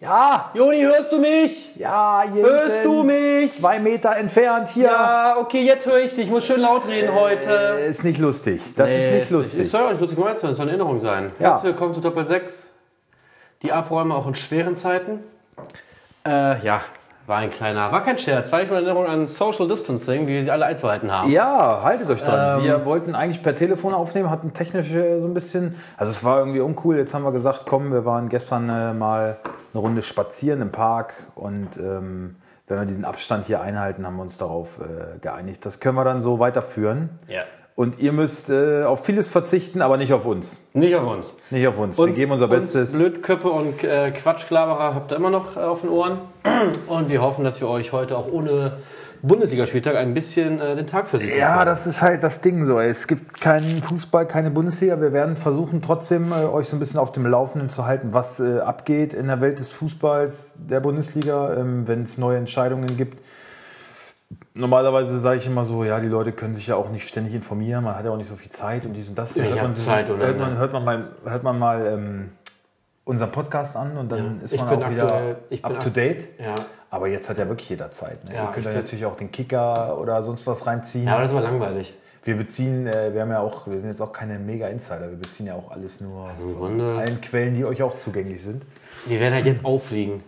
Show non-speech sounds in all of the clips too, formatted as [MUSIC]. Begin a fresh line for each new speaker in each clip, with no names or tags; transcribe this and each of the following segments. Ja,
Joni, hörst du mich?
ja, hier
Ah, Hörst
hinten.
du mich?
Zwei Meter entfernt hier.
Ja, okay, jetzt höre ich dich. Ich muss schön laut reden heute.
Ist nicht lustig. Das ist nicht lustig.
Das soll ja auch nicht lustig gemeint sein, das soll eine Erinnerung sein.
Ja.
Herzlich willkommen zu Doppel 6. Die Abräume auch in schweren Zeiten. Äh, ja, war ein kleiner, war kein Scherz, war nicht nur eine Erinnerung an Social Distancing, wie wir sie alle einzuhalten haben.
Ja, haltet euch
Ähm.
dran. wir wollten eigentlich per Telefon aufnehmen, hatten technisch äh, so ein bisschen. Also es war irgendwie uncool. Jetzt haben wir gesagt, komm, wir waren gestern äh, mal eine Runde spazieren im Park und ähm, wenn wir diesen Abstand hier einhalten, haben wir uns darauf äh, geeinigt. Das können wir dann so weiterführen.
Ja.
Und ihr müsst äh, auf vieles verzichten, aber nicht auf uns.
Nicht auf uns.
Nicht auf uns. wir geben unser Bestes.
Uns Blödköppe und äh, Quatschklaberer habt ihr immer noch äh, auf den Ohren. Und wir hoffen, dass wir euch heute auch ohne Bundesligaspieltag ein bisschen äh, den Tag versüßen
Ja,
können.
das ist halt das Ding so. ey. Es gibt keinen Fußball, keine Bundesliga. Wir werden versuchen, trotzdem äh, euch so ein bisschen auf dem Laufenden zu halten, was äh, abgeht in der Welt des Fußballs, der Bundesliga, ähm, wenn es neue Entscheidungen gibt. Normalerweise sage ich immer so, ja, die Leute können sich ja auch nicht ständig informieren, man hat ja auch nicht so viel Zeit und dies und das. Ja,
ich hab Zeit, oder? ne?
Hört man, hört man mal, hört man mal ähm, unseren Podcast an und dann
Ja,
ist
ich
man
bin
auch wieder
aktuell- ich bin
up to date.
Ja.
Aber jetzt hat ja wirklich jeder Zeit. Ne?
Ja,
Ihr könnt
ich
euch
bin-
natürlich auch den Kicker oder sonst was reinziehen.
ja, aber das war langweilig.
Wir beziehen, äh, wir haben ja auch, wir sind jetzt auch keine Mega-Insider, wir beziehen ja auch alles nur
Also im
von
Grunde,
allen Quellen, die euch auch zugänglich sind.
wir werden halt jetzt auffliegen.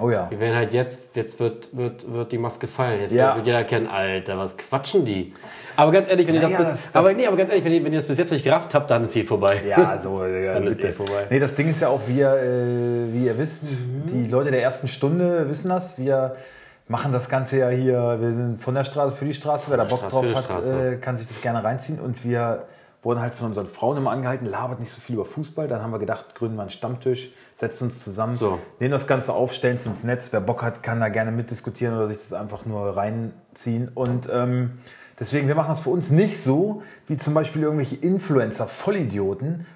Oh ja.
Wir werden halt jetzt, jetzt wird, wird, wird die Maske fallen. Jetzt
Ja.
wird jeder kennen, Alter, was quatschen die? Aber ganz ehrlich, wenn ihr
Naja,
das,
das-
bis,
das-
aber, nee, aber ganz ehrlich, wenn ihr, wenn ihr das bis jetzt nicht gerafft habt, dann ist hier vorbei.
Ja, so, ja,
Dann ist
bitte.
eh vorbei. Mhm.
Nee, das Ding ist ja auch, wir, äh, wie ihr wisst, die Leute der ersten Stunde wissen das. Wir machen das Ganze ja hier, wir sind von der Straße für die Straße. Wer da Bock
Straße für
drauf
die
hat,
Straße.
äh, kann sich das gerne reinziehen. Und wir wurden halt von unseren Frauen immer angehalten, labert nicht so viel über Fußball. Dann haben wir gedacht, gründen wir einen Stammtisch, setzen uns zusammen,
So.
nehmen das Ganze auf, stellen es ins Netz. Wer Bock hat, kann da gerne mitdiskutieren oder sich das einfach nur reinziehen. Und ähm, deswegen, wir machen das für uns nicht so, wie zum Beispiel irgendwelche Influencer, Vollidioten,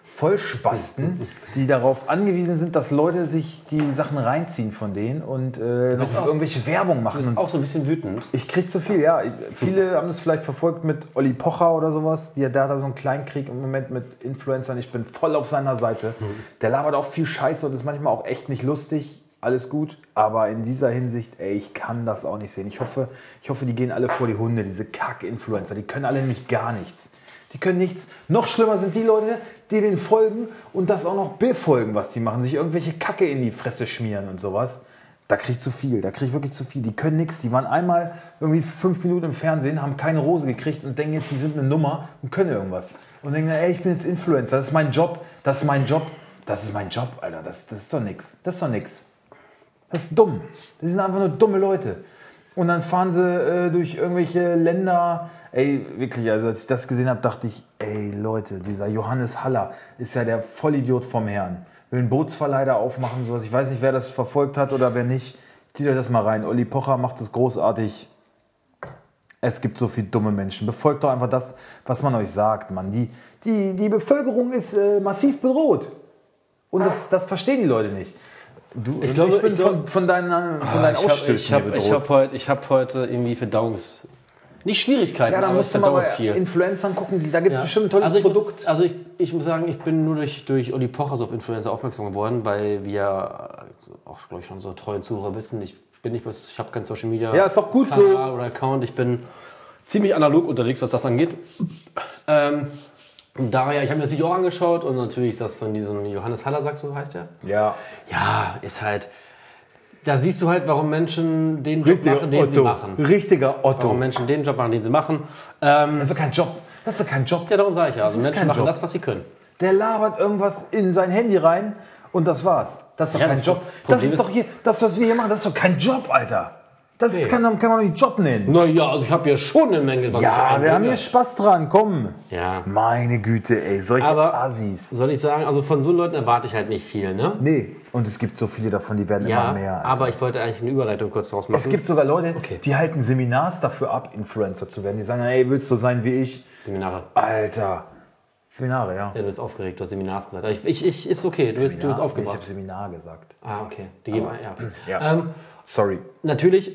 Vollspasten, die darauf angewiesen sind, dass Leute sich die Sachen reinziehen von denen und äh, noch
auch-
irgendwelche Werbung
[LAUGHS]
machen.
Das
und
ist auch so ein bisschen wütend.
ich krieg zu viel, ja. Viele haben das vielleicht verfolgt mit Olli Pocher oder sowas. Der, der hat da so einen kleinen Krieg im Moment mit Influencern. Ich bin voll auf seiner Seite. Der labert auch viel Scheiße und ist manchmal auch echt nicht lustig. Alles gut, aber in dieser Hinsicht, ey, ich kann das auch nicht sehen. Ich hoffe, ich hoffe, die gehen alle vor die Hunde, diese Kack-Influencer. Die können alle nämlich gar nichts. Die können nichts. Noch schlimmer sind die Leute, die den folgen und das auch noch befolgen, was die machen. Sich irgendwelche Kacke in die Fresse schmieren und sowas. Da krieg ich zu viel, da krieg ich wirklich zu viel. Die können nichts. Die waren einmal irgendwie fünf Minuten im Fernsehen, haben keine Rose gekriegt und denken jetzt, die sind eine Nummer und können irgendwas. Und denken, ey, ich bin jetzt Influencer, das ist mein Job, das ist mein Job, das ist mein Job, Alter, das, das ist doch nix. Das ist doch nix. Das ist dumm. Das sind einfach nur dumme Leute. Und dann fahren sie äh, durch irgendwelche Länder. Ey, wirklich, also als ich das gesehen habe, dachte ich, ey Leute, dieser Johannes Haller ist ja der Vollidiot vom Herrn. Will einen Bootsverleih da aufmachen, sowas. Ich weiß nicht, wer das verfolgt hat oder wer nicht. Zieht euch das mal rein. Olli Pocher macht das großartig. Es gibt so viele dumme Menschen. Befolgt doch einfach das, was man euch sagt, Mann. Die, die, die Bevölkerung ist äh, massiv bedroht. Und das, das verstehen die Leute nicht. Du, ich,
glaube,
bin
ich glaube-
von, von, deiner, von deinen
ich habe
Ausstößen
ich hab,
hier
ich
bedroht.
hab heute, ich hab heute irgendwie Verdauungs... Nicht Schwierigkeiten,
ja, da
aber ich
musst du mal
verdaue
bei
viel.
Influencern gucken. Die, da gibt es
Ja.
bestimmt ein tolles
also ich
Produkt.
Muss, also ich, ich muss sagen, ich bin nur durch, durch Olli Pochers auf Influencer aufmerksam geworden, weil wir also auch, glaube ich, unsere treuen Zuhörer wissen, ich bin nicht was, ich habe kein Social Media.
Ja, ist doch gut so.
Kanal Oder Account. Ich bin ziemlich analog unterwegs, was das angeht. Ähm, daher, ich habe mir das Video auch angeschaut und natürlich das von diesem Johannes Haller, sagst du, heißt der?
ja.
Ja, ist halt. Da siehst du halt, warum Menschen den Job
Richtiger
machen, den sie
Otto.
machen.
Richtiger
Warum
Otto.
Menschen den Job machen, den sie machen. Ähm,
Das ist doch kein Job. Das ist doch kein Job.
ja, darum sage ich ja. Also
ist
Menschen
kein
machen
Job.
das, was sie können.
Der labert irgendwas in sein Handy rein und das war's. Das ist doch
Ja,
kein
das
Job.
Problem
Das ist
ist-
doch hier, das, was wir hier machen, das ist doch kein Job, Alter. Das ist, kann, kann man doch nicht Job nennen.
Naja, also ich habe ja schon eine Menge was ich
Ja, wir
einbringe.
haben hier Spaß dran, komm.
Ja.
Meine Güte, ey, solche
Aber-
Assis.
Soll ich sagen, also von so Leuten erwarte ich halt nicht viel, ne?
Nee, und es gibt so viele davon, die werden
Ja,
immer mehr. Alter.
aber ich wollte eigentlich eine Überleitung kurz draus machen.
es gibt sogar Leute,
Okay.
die halten Seminars dafür ab, Influencer zu werden. Die sagen, ey, willst du so sein wie ich?
Seminare.
Alter. Seminare, ja.
Ja, du bist aufgeregt, du hast Seminars gesagt. Aber ich, ich, ich ist okay, du bist, du bist
Ja, Ich
aufgebracht.
habe Seminar gesagt.
Ah, okay. Die geben ein, ja, okay.
Ja.
Ähm,
Sorry.
natürlich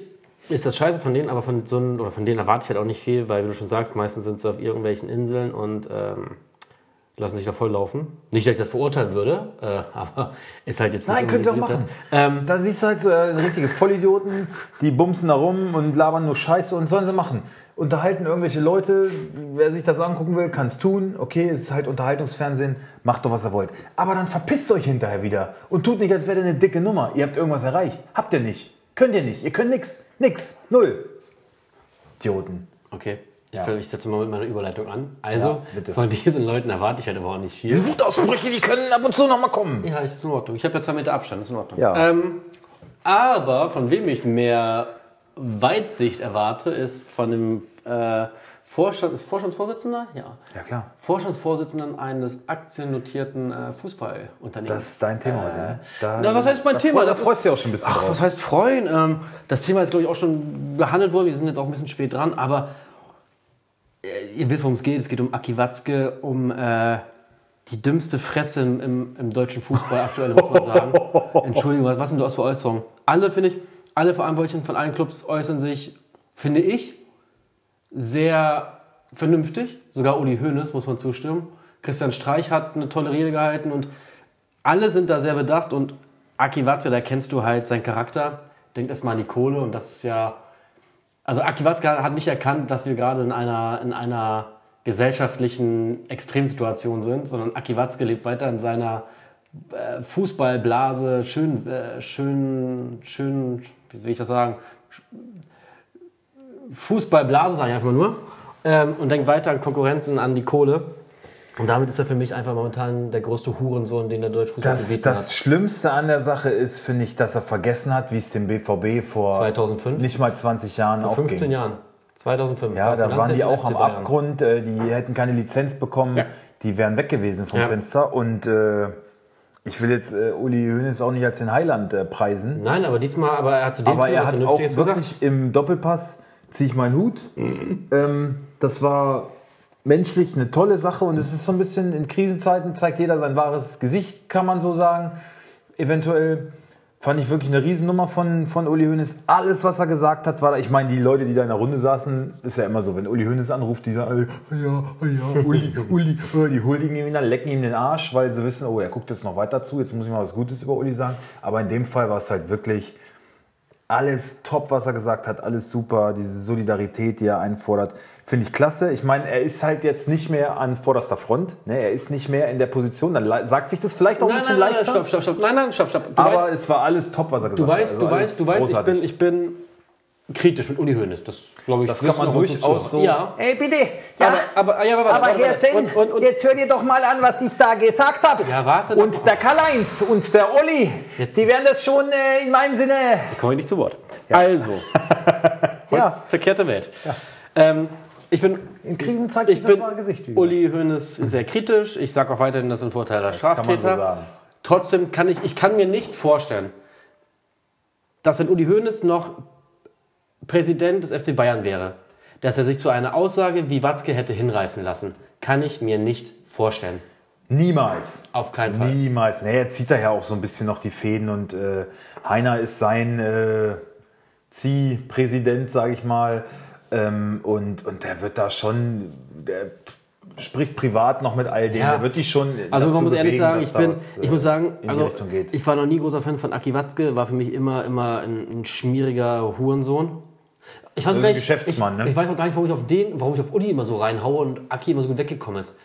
ist das scheiße von denen, aber von so einem, oder von denen erwarte ich halt auch nicht viel, weil, wie du schon sagst, meistens sind sie auf irgendwelchen Inseln und ähm, Lassen sich da voll laufen. Nicht, dass ich das verurteilen würde, äh, [LAUGHS] aber ist halt jetzt nicht
Nein, können sie auch
unbedingt
machen.
Dienstag. Ähm,
Da siehst du halt so äh, richtige Vollidioten, die bumsen da rum und labern nur Scheiße und sollen sie machen. Unterhalten irgendwelche Leute, wer sich das angucken will, kann es tun. Okay, es ist halt Unterhaltungsfernsehen, macht doch was ihr wollt. Aber dann verpisst euch hinterher wieder und tut nicht, als wäre eine dicke Nummer. Ihr habt irgendwas erreicht. Habt ihr nicht. Könnt ihr nicht. Ihr könnt nix. Nix. Null. Idioten.
Okay. Ich,
Ja.
ver- ich setze mal mit meiner Überleitung an. Also,
Ja, bitte.
von [LAUGHS] diesen Leuten erwarte ich halt aber auch nicht viel.
Diese Wutausbrüche, die können ab und zu nochmal kommen.
Ja, ist in Ordnung. Ich habe ja zwei Meter Abstand, ist in Ordnung.
Ja.
Ähm, aber von wem ich mehr Weitsicht erwarte, ist von dem äh, Vorstand, ist Vorstandsvorsitzender? Ja.
Ja, klar.
Vorstandsvorsitzenden eines aktiennotierten äh, Fußballunternehmens.
Das ist dein Thema heute, ne? Da-
Na, was heißt mein
da
Thema?
freu- Da freust du dich auch schon ein bisschen
Ach,
drauf.
was heißt freuen? Ähm, das Thema ist, glaube ich, auch schon behandelt worden. Wir sind jetzt auch ein bisschen spät dran, aber äh, ihr wisst, worum es geht. Es geht um Aki Watzke, um äh, die dümmste Fresse im, im, im deutschen Fußball aktuell, muss man
[LAUGHS]
sagen. Entschuldigung, was, was sind das für Äußerungen? Alle, finde ich, alle Verantwortlichen von allen Clubs äußern sich, finde ich, sehr vernünftig. Sogar Uli Hoeneß, muss man zustimmen. Christian Streich hat eine tolle Rede gehalten und alle sind da sehr bedacht und Aki Watzke, da kennst du halt seinen Charakter. Denkt erstmal an die Kohle und das ist ja. Also Aki Watzke hat nicht erkannt, dass wir gerade in einer, in einer gesellschaftlichen Extremsituation sind, sondern Aki Watzke lebt weiter in seiner äh, Fußballblase, schön, äh, schön, schön, wie will ich das sagen? Fußballblase, sage ich einfach nur. Ähm, und denkt weiter an Konkurrenzen, an die Kohle. Und damit ist er für mich einfach momentan der größte Hurensohn, den der deutsche Fußball zu
Das,
bieten
das Schlimmste an der Sache ist, finde ich, dass er vergessen hat, wie es dem BVB vor
2005?
nicht mal 20 Jahren
hat.
auch
15
ging.
Jahren. 2005.
Ja,
gab's
da
eine
waren die
Lanze
auch
für den FC
am
Bayern.
Abgrund, äh, die hätten keine Lizenz bekommen,
Ja.
die wären weg gewesen vom
Ja.
Fenster. Und äh, ich will jetzt äh, Uli Hoeneß auch nicht als den Heiland äh, preisen,
Nein, aber diesmal, aber er hat zu Mhm. dem
aber
Thema
er
was
hat auch
Vernünftiges
wirklich
gesagt.
im Doppelpass, ziehe ich meinen Hut. ähm, das war menschlich eine tolle Sache und es ist so ein bisschen in Krisenzeiten zeigt jeder sein wahres Gesicht, kann man so sagen. Eventuell fand ich wirklich eine Riesennummer von, von Uli Hoeneß. Alles, was er gesagt hat, war da, ich meine, die Leute, die da in der Runde saßen, ist ja immer so, wenn Uli Hoeneß anruft, die sagen, äh, ja, äh, ja, Uli, Uli, äh, die huldigen ihm dann, lecken ihm den Arsch, weil sie wissen, oh, er guckt jetzt noch weiter zu, jetzt muss ich mal was Gutes über Uli sagen. Aber in dem Fall war es halt wirklich, alles top, was er gesagt hat, alles super, diese Solidarität, die er einfordert, finde ich klasse. Ich meine, er ist halt jetzt nicht mehr an vorderster Front, ne? er ist nicht mehr in der Position, dann le- sagt sich das vielleicht auch ein
Nein,
bisschen
nein, nein, nein,
leichter,
stopp, stopp, stopp. Nein, nein, stopp, stopp. Du
aber
weißt,
es war alles top, was er gesagt
du
hat.
weißt,
Also
du weißt, du
alles
weißt ich,
großartig.
bin, ich bin kritisch mit Uli Hoeneß. Das glaube ich,
das kann
wissen
man
auch unsere
durchaus
Zuhörer. Ja.
so... Ey, bitte!
Aber, aber, ah, ja, warte, warte, warte, warte. und, und, und,
jetzt hört ihr doch mal an, was ich da gesagt habe.
Ja, warte doch Und mal.
der Karl-Heinz und der Olli,
Jetzt- die
werden das schon äh, in meinem Sinne...
Ich komme nicht zu Wort. Also,
Ja.
jetzt verkehrte Welt. Ähm, ich bin,
In Krisen zeigt
ich
sich das
bin
wahre Gesicht wieder.
Uli Hoeneß sehr kritisch. Ich sage auch weiterhin, das ist ein Vorteil der
kann man so
Straftäter.
sagen.
Trotzdem kann ich, ich kann mir nicht vorstellen, dass wenn Uli Hoeneß noch Präsident des FC Bayern wäre, dass er sich zu einer Aussage wie Watzke hätte hinreißen lassen. Kann ich mir nicht vorstellen.
Niemals.
Auf keinen Fall.
Niemals. Nee, er zieht da ja auch so ein bisschen noch die Fäden und äh, Heiner ist sein äh, Ziehpräsident, sage ich mal. Ähm, und, und der wird da schon, der spricht privat noch mit all dem.
Ja.
Der wird die schon.
Also man muss ehrlich sagen, ich bin, ich muss sagen,
äh, in die
also
Richtung geht.
ich war noch nie großer Fan von Aki Watzke, war für mich immer, immer ein, ein schmieriger Hurensohn. Ich weiß
Also
gar
ein
nicht,
Geschäftsmann,
ich,
ne?
ich weiß auch gar nicht, warum ich auf den, warum ich auf Uli immer so reinhaue und Aki immer so gut weggekommen ist.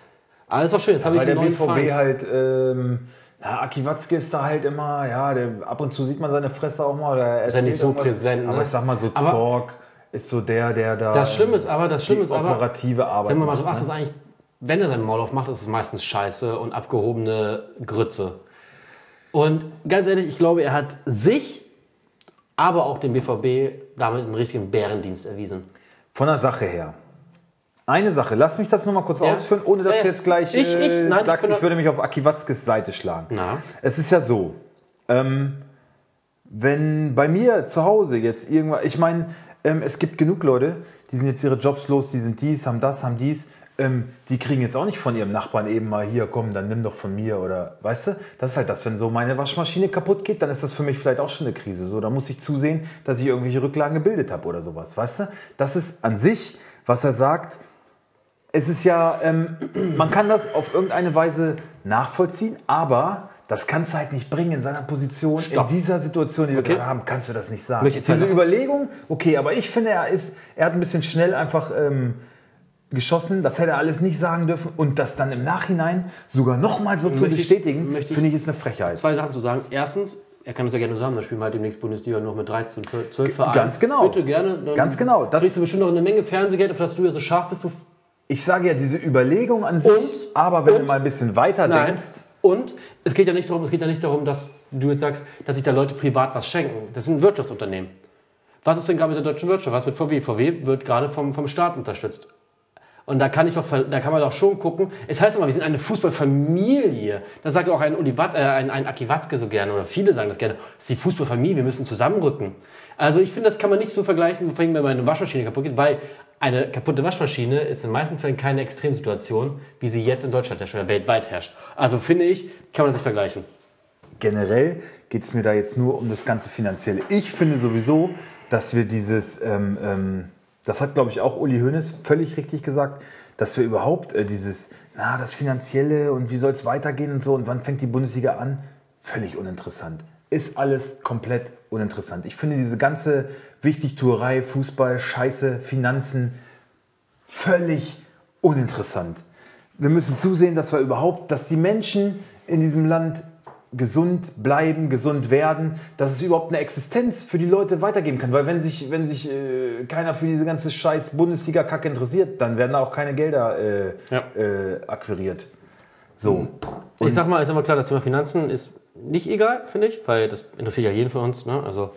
Aber ist doch schön, jetzt habe ich
Weil der
einen neuen
BVB
BVB
halt, ähm, na, Aki Watzke ist da halt immer, ja, der, ab und zu sieht man seine Fresse auch mal. Oder ist
ja nicht so präsent, ne?
Aber ich sag mal so,
Aber-
Zorg ist so der, der da.
Das Schlimme ist aber, das Schlimme
die
ist aber,
operative Arbeit.
wenn man mal
macht, ne?
so achtet, ist eigentlich, wenn er seinen Maul aufmacht, ist es meistens Scheiße und abgehobene Grütze. Und ganz ehrlich, ich glaube, er hat sich, aber auch dem BVB damit einen richtigen Bärendienst erwiesen.
Von der Sache her. Eine Sache, lass mich das nur mal kurz
Ja.
ausführen, ohne dass
Ja,
du jetzt gleich
ich-
äh,
ich- nein, ich
sagst,
bin
ich,
doch-
würde mich auf Aki Watzkes Seite schlagen.
Na?
Es ist ja so, ähm, wenn bei mir zu Hause jetzt irgendwas, ich meine, ähm, es gibt genug Leute, die sind jetzt ihre Jobs los, die sind dies, haben das, haben dies, ähm, die kriegen jetzt auch nicht von ihrem Nachbarn eben mal hier, komm, dann nimm doch von mir oder, weißt du, das ist halt das, wenn so meine Waschmaschine kaputt geht, dann ist das für mich vielleicht auch schon eine Krise, so, da muss ich zusehen, dass ich irgendwelche Rücklagen gebildet habe oder sowas, weißt du, das ist an sich, was er sagt, es ist ja, ähm, man kann das auf irgendeine Weise nachvollziehen, aber das kannst du halt nicht bringen in seiner Position,
Stopp.
in dieser Situation, die wir
Okay.
gerade haben, kannst du das nicht sagen.
Möchte ich
Diese
sagen.
Überlegung, okay, aber ich finde, er ist, er hat ein bisschen schnell einfach ähm, geschossen, das hätte er alles nicht sagen dürfen und das dann im Nachhinein sogar nochmal so zu
Möchte ich-
bestätigen,
möchte ich-
finde ich, ist eine Frechheit.
Zwei Sachen zu sagen. Erstens, er kann das ja gerne sagen, dann spielen wir halt demnächst Bundesliga nur noch mit 13, 12 Vereinen.
ganz genau.
Bitte gerne. Dann
Ganz genau. Das-
Das kriegst du bestimmt noch eine Menge Fernsehgeld, auf das du ja so scharf bist, du
Ich sage ja, diese Überlegung an sich,
Und-
aber wenn du
und-
mal ein bisschen weiter
Nein.
denkst,
Und es geht ja nicht darum, es geht ja nicht darum, dass du jetzt sagst, dass sich da Leute privat was schenken. Das sind Wirtschaftsunternehmen. Was ist denn gerade mit der deutschen Wirtschaft? Was mit VW? VW wird gerade vom, vom Staat unterstützt. Und da kann ich doch, ver- da kann man doch schon gucken. Es heißt immer, wir sind eine Fußballfamilie. Das sagt auch ein Uli Wat, äh, ein, ein Aki Watzke so gerne oder viele sagen das gerne. Es ist die Fußballfamilie, wir müssen zusammenrücken. Also ich finde, das kann man nicht so vergleichen, vor allem wenn meine Waschmaschine kaputt geht, weil eine kaputte Waschmaschine ist in den meisten Fällen keine Extremsituation, wie sie jetzt in Deutschland herrscht oder weltweit herrscht. Also finde ich, kann man das nicht vergleichen.
generell geht es mir da jetzt nur um das ganze Finanzielle. Ich finde sowieso, dass wir dieses, ähm, ähm, das hat glaube ich auch Uli Hoeneß völlig richtig gesagt, dass wir überhaupt äh, dieses, na, das Finanzielle und wie soll es weitergehen und so und wann fängt die Bundesliga an, völlig uninteressant. Ist alles komplett uninteressant. Ich finde diese ganze Wichtigtuerei, Fußball, Scheiße, Finanzen, völlig uninteressant. Wir müssen zusehen, dass wir überhaupt, dass die Menschen in diesem Land gesund bleiben, gesund werden, dass es überhaupt eine Existenz für die Leute weitergeben kann. Weil wenn sich, wenn sich äh, keiner für diese ganze scheiß Bundesliga-Kacke interessiert, dann werden da auch keine Gelder äh,
Ja. Hm.
äh, akquiriert. So.
Ich sag mal, ist aber klar, das Thema Finanzen ist nicht egal, finde ich, weil das interessiert ja jeden von uns. Ne? Also,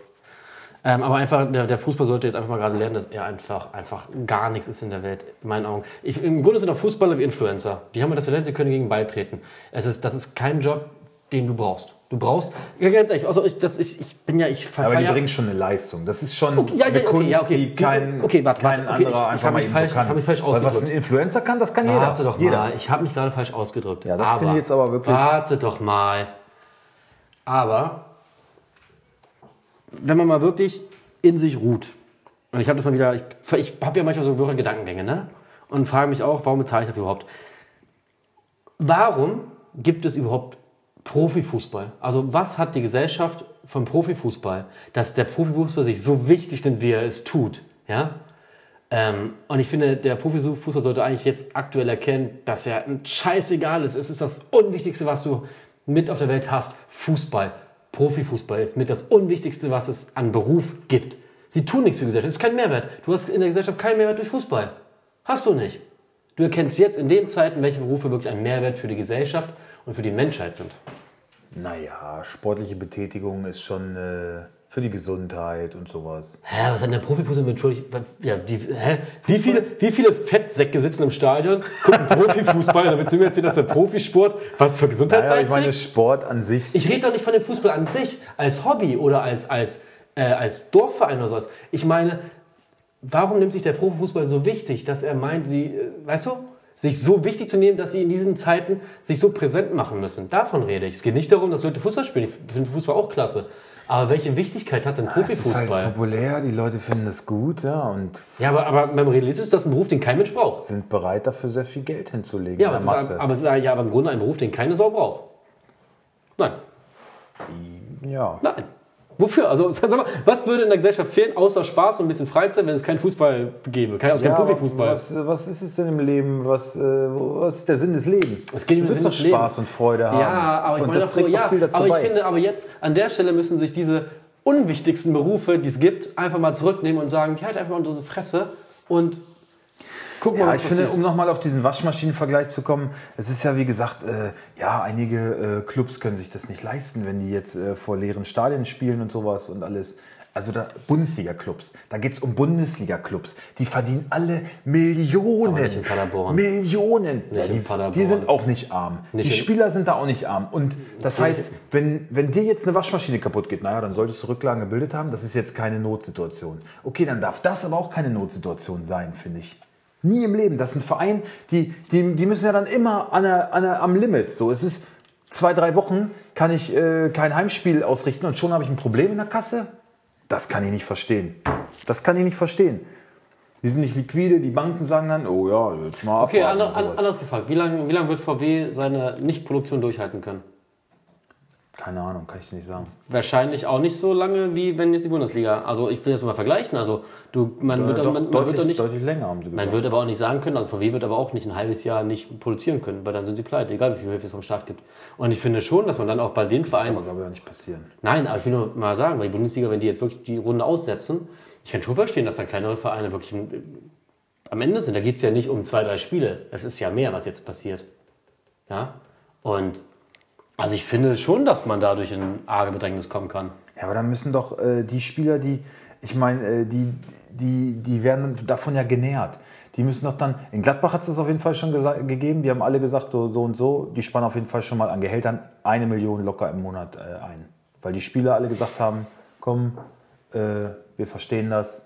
ähm, aber einfach, der, der Fußball sollte jetzt einfach mal gerade lernen, dass er einfach, einfach gar nichts ist in der Welt, in meinen Augen. Ich, Im Grunde sind auch Fußballer wie Influencer. Die haben halt das Talent, sie können gegen beitreten. Es ist, das ist kein Job, den du brauchst. Du brauchst, ja, ganz ehrlich, also ich, das, ich, ich bin ja, ich
Aber die
verfeier-
bringen schon eine Leistung. Das ist schon
Okay, ja, ja,
eine
okay,
Kunst,
ja, okay.
die kein,
Okay, warte, warte,
kein
okay, ich-
anderer
ich
einfach
hab
mal
mich
eben
falsch-
so
ich
kann.
hab mich falsch
Weil was ein
ausgedrückt.
Influencer kann, das kann jeder.
Warte doch mal,
jeder.
ich habe mich gerade falsch ausgedrückt.
Ja, das finde ich jetzt aber wirklich-
Warte doch mal. Aber wenn man mal wirklich in sich ruht, und ich habe das mal wieder, ich, ich habe ja manchmal so wirre Gedankengänge, ne? Und frage mich auch, warum bezahle ich dafür überhaupt? Warum gibt es überhaupt Profifußball? Also was hat die Gesellschaft vom Profifußball, dass der Profifußball sich so wichtig nimmt, wie er es tut? Ja? Ähm, und ich finde, der Profifußball sollte eigentlich jetzt aktuell erkennen, dass er ein scheißegal ist. Es ist das Unwichtigste, was du mit auf der Welt hast. Fußball, Profifußball ist mit das Unwichtigste, was es an Beruf gibt. Sie tun nichts für die Gesellschaft. Es ist kein Mehrwert. Du hast in der Gesellschaft keinen Mehrwert durch Fußball. Hast du nicht. Du erkennst jetzt in den Zeiten, welche Berufe wirklich ein Mehrwert für die Gesellschaft und für die Menschheit sind.
Naja, sportliche Betätigung ist schon äh, für die Gesundheit und sowas.
Hä, was hat denn der Profifußball mit Entschuldigung? was- Ja, die, hä? Wie, viele, wie viele Fettsäcke sitzen im Stadion,
[LAUGHS]
gucken Profifußball, dann willst du mir erzählen, dass der Profisport was zur Gesundheit
Naja, ich
beiträgt?
meine, Sport an sich.
Ich rede doch nicht von dem Fußball an sich, als Hobby oder als, als, äh, als Dorfverein oder sowas. Ich meine, warum nimmt sich der Profifußball so wichtig, dass er meint, sie, äh, weißt du, sich so wichtig zu nehmen, dass sie in diesen Zeiten sich so präsent machen müssen? Davon rede ich. Es geht nicht darum, dass Leute Fußball spielen. Ich finde Fußball auch klasse. Aber welche Wichtigkeit hat denn
Es ist halt
Profifußball?
populär, die Leute finden das gut ja, und
Ja, aber, aber beim Realismus ist das ein Beruf, den kein Mensch braucht.
sind bereit, dafür sehr viel Geld hinzulegen.
Ja, aber
in
es, ist,
der
ein-
Masse.
aber es ist ein- ja, aber im Grunde ein Beruf, den keine Sau braucht. Nein,
ja.
nein. Wofür? Also, [LAUGHS] sag mal, was würde in der Gesellschaft fehlen, außer Spaß und ein bisschen Freizeit, wenn es keinen Fußball gäbe? Kein, also
Ja,
kein
aber
Profifußball.
Was, was ist es denn im Leben? Was, äh, wo- was ist der Sinn des Lebens?
Es geht um
du
den Sinn
willst doch
des Lebens.
Spaß und Freude haben.
Ja, aber ich
und
meine
das
doch so,
trägt doch
ja,
viel dazu
aber ich
bei.
finde, aber jetzt an der Stelle müssen sich diese unwichtigsten Berufe, die es gibt, einfach mal zurücknehmen und sagen, die halt einfach mal unsere Fresse und gucken mal,
Ja, ich
was
finde,
passiert.
um nochmal auf diesen Waschmaschinenvergleich zu kommen, es ist ja wie gesagt, äh, ja, einige äh, Clubs können sich das nicht leisten, wenn die jetzt äh, vor leeren Stadien spielen und sowas und alles. Also da, Bundesliga-Clubs, da geht es um Bundesliga-Clubs. Die verdienen alle Millionen.
Aber nicht in Paderborn.
Millionen. ja,
in
die,
Paderborn.
die sind auch nicht arm.
Nicht
die
in-
Spieler sind da auch nicht arm. Und das heißt, wenn, wenn dir jetzt eine Waschmaschine kaputt geht, naja, dann solltest du Rücklagen gebildet haben. Das ist jetzt keine Notsituation. Okay, dann darf das aber auch keine Notsituation sein, finde ich. Nie im Leben. Das ist ein Verein, die, die, die müssen ja dann immer an der, an der, am Limit. So, es ist zwei, drei Wochen, kann ich äh, kein Heimspiel ausrichten und schon habe ich ein Problem in der Kasse? Das kann ich nicht verstehen. Das kann ich nicht verstehen. Die sind nicht liquide, die Banken sagen dann, oh ja, jetzt mal
Okay,
abwarten
ander,
und sowas.
anders gefragt. Wie lange wie lang wird VW seine Nichtproduktion durchhalten können?
Keine Ahnung, kann ich dir nicht sagen.
Wahrscheinlich auch nicht so lange, wie wenn jetzt die Bundesliga. Also ich will das mal vergleichen. Also du, man, wird, doch,
Äh, doch,
man, man
deutlich,
wird doch nicht.
deutlich länger haben sie gesagt.
Man wird aber auch nicht sagen können, also VW wird aber auch nicht ein halbes Jahr nicht produzieren können, weil dann sind sie pleite, egal wie viel Hilfe es vom Staat gibt. Und ich finde schon, dass man dann auch bei den
kann aber,
Vereins.
glaube ich, auch nicht passieren.
Nein, aber ich will nur mal sagen, weil die Bundesliga, wenn die jetzt wirklich die Runde aussetzen, ich kann schon verstehen, dass dann kleinere Vereine wirklich ähm, am Ende sind. Da geht es ja nicht um zwei, drei Spiele. Es ist ja mehr, was jetzt passiert. Ja? Und also ich finde schon, dass man dadurch in arge Bedrängnis kommen kann.
Ja, aber dann müssen doch äh, die Spieler, die, ich meine, äh, die, die, die werden davon ja genährt. Die müssen doch dann, in Gladbach hat es das auf jeden Fall schon gesa- gegeben, die haben alle gesagt, so, so und so, die spannen auf jeden Fall schon mal an Gehältern eine Million locker im Monat äh, ein. Weil die Spieler alle gesagt haben, komm, äh, wir verstehen das.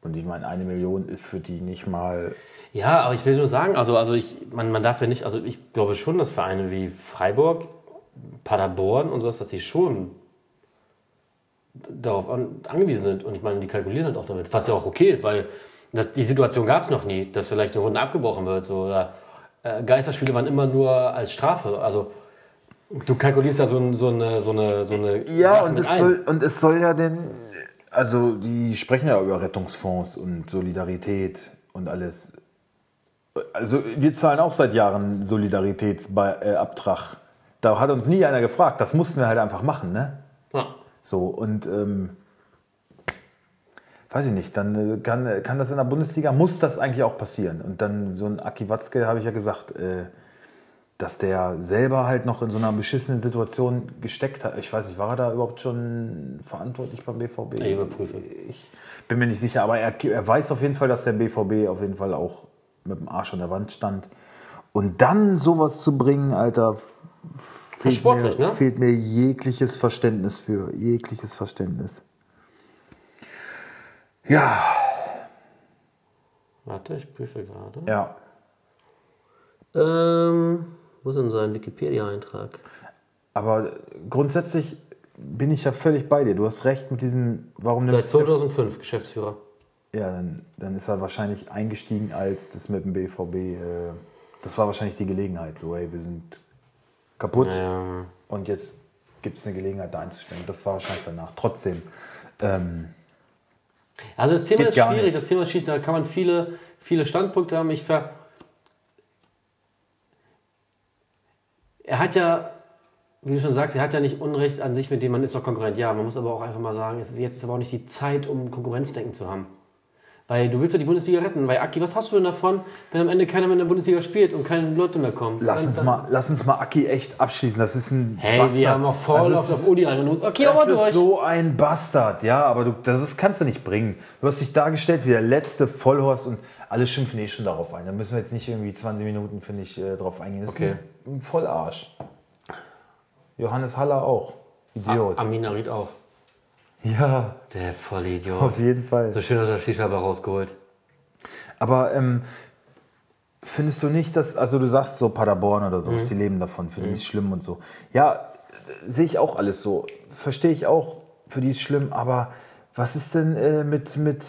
Und ich meine, eine Million ist für die nicht mal
Ja, aber ich will nur sagen, also, also ich, man, man darf ja nicht, also ich glaube schon, dass Vereine wie Freiburg, Paderborn und sowas, dass sie schon darauf an, angewiesen sind. Und ich meine, die kalkulieren halt auch damit, was ja auch okay ist, weil das, die Situation gab es noch nie, dass vielleicht eine Runde abgebrochen wird. So, oder äh, Geisterspiele waren immer nur als Strafe. Also du kalkulierst ja so, ein- so eine, so eine, so eine
Ja,
Sache
und
mit
es,
ein.
soll, und es soll ja denn, also die sprechen ja über Rettungsfonds und Solidarität und alles. Also wir zahlen auch seit Jahren Solidaritätsabtrag. Äh, Abtrag. da hat uns nie einer gefragt, das mussten wir halt einfach machen, ne?
Ja.
So, und ähm, weiß ich nicht, dann äh, kann, äh, kann das in der Bundesliga, muss das eigentlich auch passieren. Und dann so ein Aki Watzke, habe ich ja gesagt, äh, dass der selber halt noch in so einer beschissenen Situation gesteckt hat. Ich weiß nicht, war er da überhaupt schon verantwortlich beim BVB?
Ich überprüfe.
Ich bin mir nicht sicher, aber er, er weiß auf jeden Fall, dass der BVB auf jeden Fall auch mit dem Arsch an der Wand stand. Und dann sowas zu bringen, Alter, fehlt mir,
sportlich, ne?
fehlt mir jegliches Verständnis für. Jegliches Verständnis. Ja.
Warte, ich prüfe gerade.
Ja.
Ähm, wo ist denn sein Wikipedia-Eintrag?
Aber grundsätzlich bin ich ja völlig bei dir. Du hast recht mit diesem, warum
Seit
nimmst du.
2005 Geschäftsführer.
Ja, dann, dann ist er wahrscheinlich eingestiegen, als das mit dem BVB. Äh, das war wahrscheinlich die Gelegenheit. So, hey, wir sind kaputt.
Ähm,
Und jetzt gibt es eine Gelegenheit, da einzustellen. Das war wahrscheinlich danach. Trotzdem. Ähm,
also das Thema
Geht
ist
gar
schwierig,
nicht.
das Thema ist schwierig, da kann man viele, viele Standpunkte haben. Ich ver er hat ja, wie du schon sagst, er hat ja nicht Unrecht an sich, mit dem man ist doch Konkurrent. Ja, man muss aber auch einfach mal sagen, es ist jetzt ist aber auch nicht die Zeit, um Konkurrenzdenken zu haben. Weil du willst ja die Bundesliga retten. Weil Aki, was hast du denn davon, wenn am Ende keiner mehr in der Bundesliga spielt und keine Leute mehr kommen?
lass,
Dann-
uns
dann-
mal, lass uns mal Aki echt abschließen. Das ist ein.
Hey, wir haben auch
Das
voll auf,
ist-
auf Uli rein. Und du musst, okay, aber
Das
durch.
ist so ein Bastard, ja, aber du, das, ist- kannst du nicht bringen. Du hast dich dargestellt wie der letzte Vollhorst und alle schimpfen eh schon darauf ein. Da müssen wir jetzt nicht irgendwie 20 Minuten, finde ich, äh, drauf eingehen. Das
Okay.
ist ein, ein Vollarsch. Johannes Haller auch. Idiot.
Amina Ried auch.
ja,
Der Vollidiot.
auf jeden Fall.
So schön hat er Shisha aber rausgeholt.
Aber ähm, findest du nicht, dass, also du sagst so Paderborn oder so,
Mhm.
die leben davon, für die ist schlimm und so. Ja, äh, sehe ich auch alles so. Verstehe ich auch, für die ist schlimm, aber was ist denn äh, mit, mit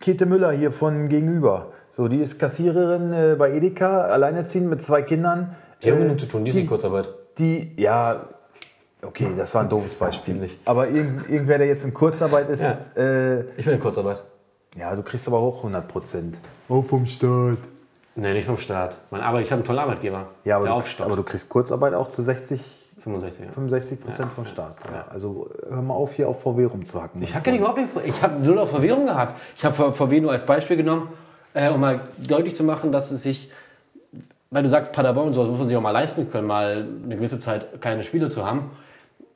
Käthe Müller hier von gegenüber? So, die ist Kassiererin äh, bei Edeka, alleinerziehend mit zwei Kindern.
Die haben
Äh,
genug zu tun, die sind in Kurzarbeit.
die, ja, okay, das war ein doofes Beispiel. Aber irgend, irgendwer, der jetzt in Kurzarbeit ist, äh,
Ich bin in Kurzarbeit.
ja, du kriegst aber auch 100 Prozent. Auch vom Staat.
Nee, nicht vom Staat. Mein Arbeit, ich habe einen tollen Arbeitgeber.
Ja, aber,
der
du,
aufstockt.
aber du kriegst Kurzarbeit auch zu 60,
65. ja.
65 Prozent vom Staat. Ja. Also hör mal auf, hier auf VW rumzuhacken.
Ich habe gar nicht überhaupt nicht. Ich habe null auf Verwirrung gehabt. Ich habe VW nur als Beispiel genommen, äh, um mal deutlich zu machen, dass es sich, weil du sagst Paderborn und so, das muss man sich auch mal leisten können, mal eine gewisse Zeit keine Spiele zu haben.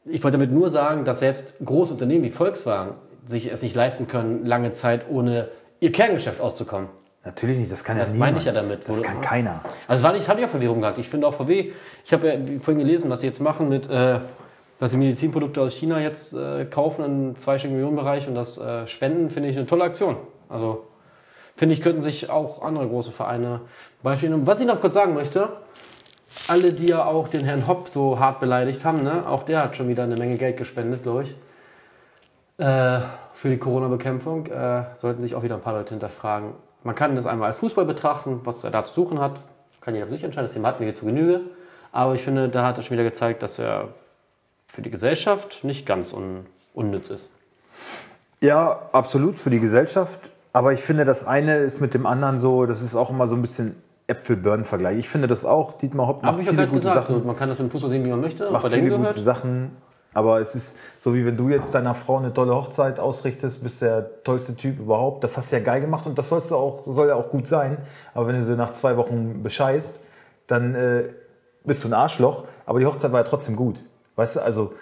Ich wollte damit nur sagen, dass selbst große Unternehmen wie Volkswagen sich es nicht leisten können, lange Zeit ohne ihr Kerngeschäft auszukommen.
Natürlich nicht, das kann ja
Das
niemand.
meine ich ja damit, wo
Das
du-
kann keiner.
Also es war nicht, hatte ich auch Verwirrung gehabt. Ich finde auch VW, ich habe ja vorhin gelesen, was sie jetzt machen mit, äh, dass sie Medizinprodukte aus China jetzt äh, kaufen im zweistelligen Millionenbereich und das äh, spenden, finde ich eine tolle Aktion. Also finde ich, könnten sich auch andere große Vereine Beispiele nehmen. Was ich noch kurz sagen möchte, alle, die ja auch den Herrn Hopp so hart beleidigt haben, ne? auch der hat schon wieder eine Menge Geld gespendet, glaube ich. Äh, für die Corona-Bekämpfung äh, sollten sich auch wieder ein paar Leute hinterfragen. Man kann das einmal als Fußball betrachten, was er da zu suchen hat. Kann jeder für sich entscheiden. Das Thema hatten wir hier zu Genüge. Aber ich finde, da hat er schon wieder gezeigt, dass er für die Gesellschaft nicht ganz un unnütz ist.
Ja, absolut für die Gesellschaft. Aber ich finde, das eine ist mit dem anderen so, das ist auch immer so ein bisschen Äpfel-Birnen-Vergleich. Ich finde das auch. Dietmar Hopp
Habe
macht
ich ja
viele
gerade
gute
gesagt.
Sachen.
So, man kann das mit dem Fußball sehen, wie man möchte.
macht
Aber
viele
dahin
gute
gehört.
Sachen. Aber es ist so, wie wenn du jetzt deiner Frau eine tolle Hochzeit ausrichtest, bist der tollste Typ überhaupt. Das hast du ja geil gemacht und das sollst du auch, soll ja auch gut sein. Aber wenn du sie nach zwei Wochen bescheißt, dann äh, bist du ein Arschloch. Aber die Hochzeit war ja trotzdem gut. Weißt du, also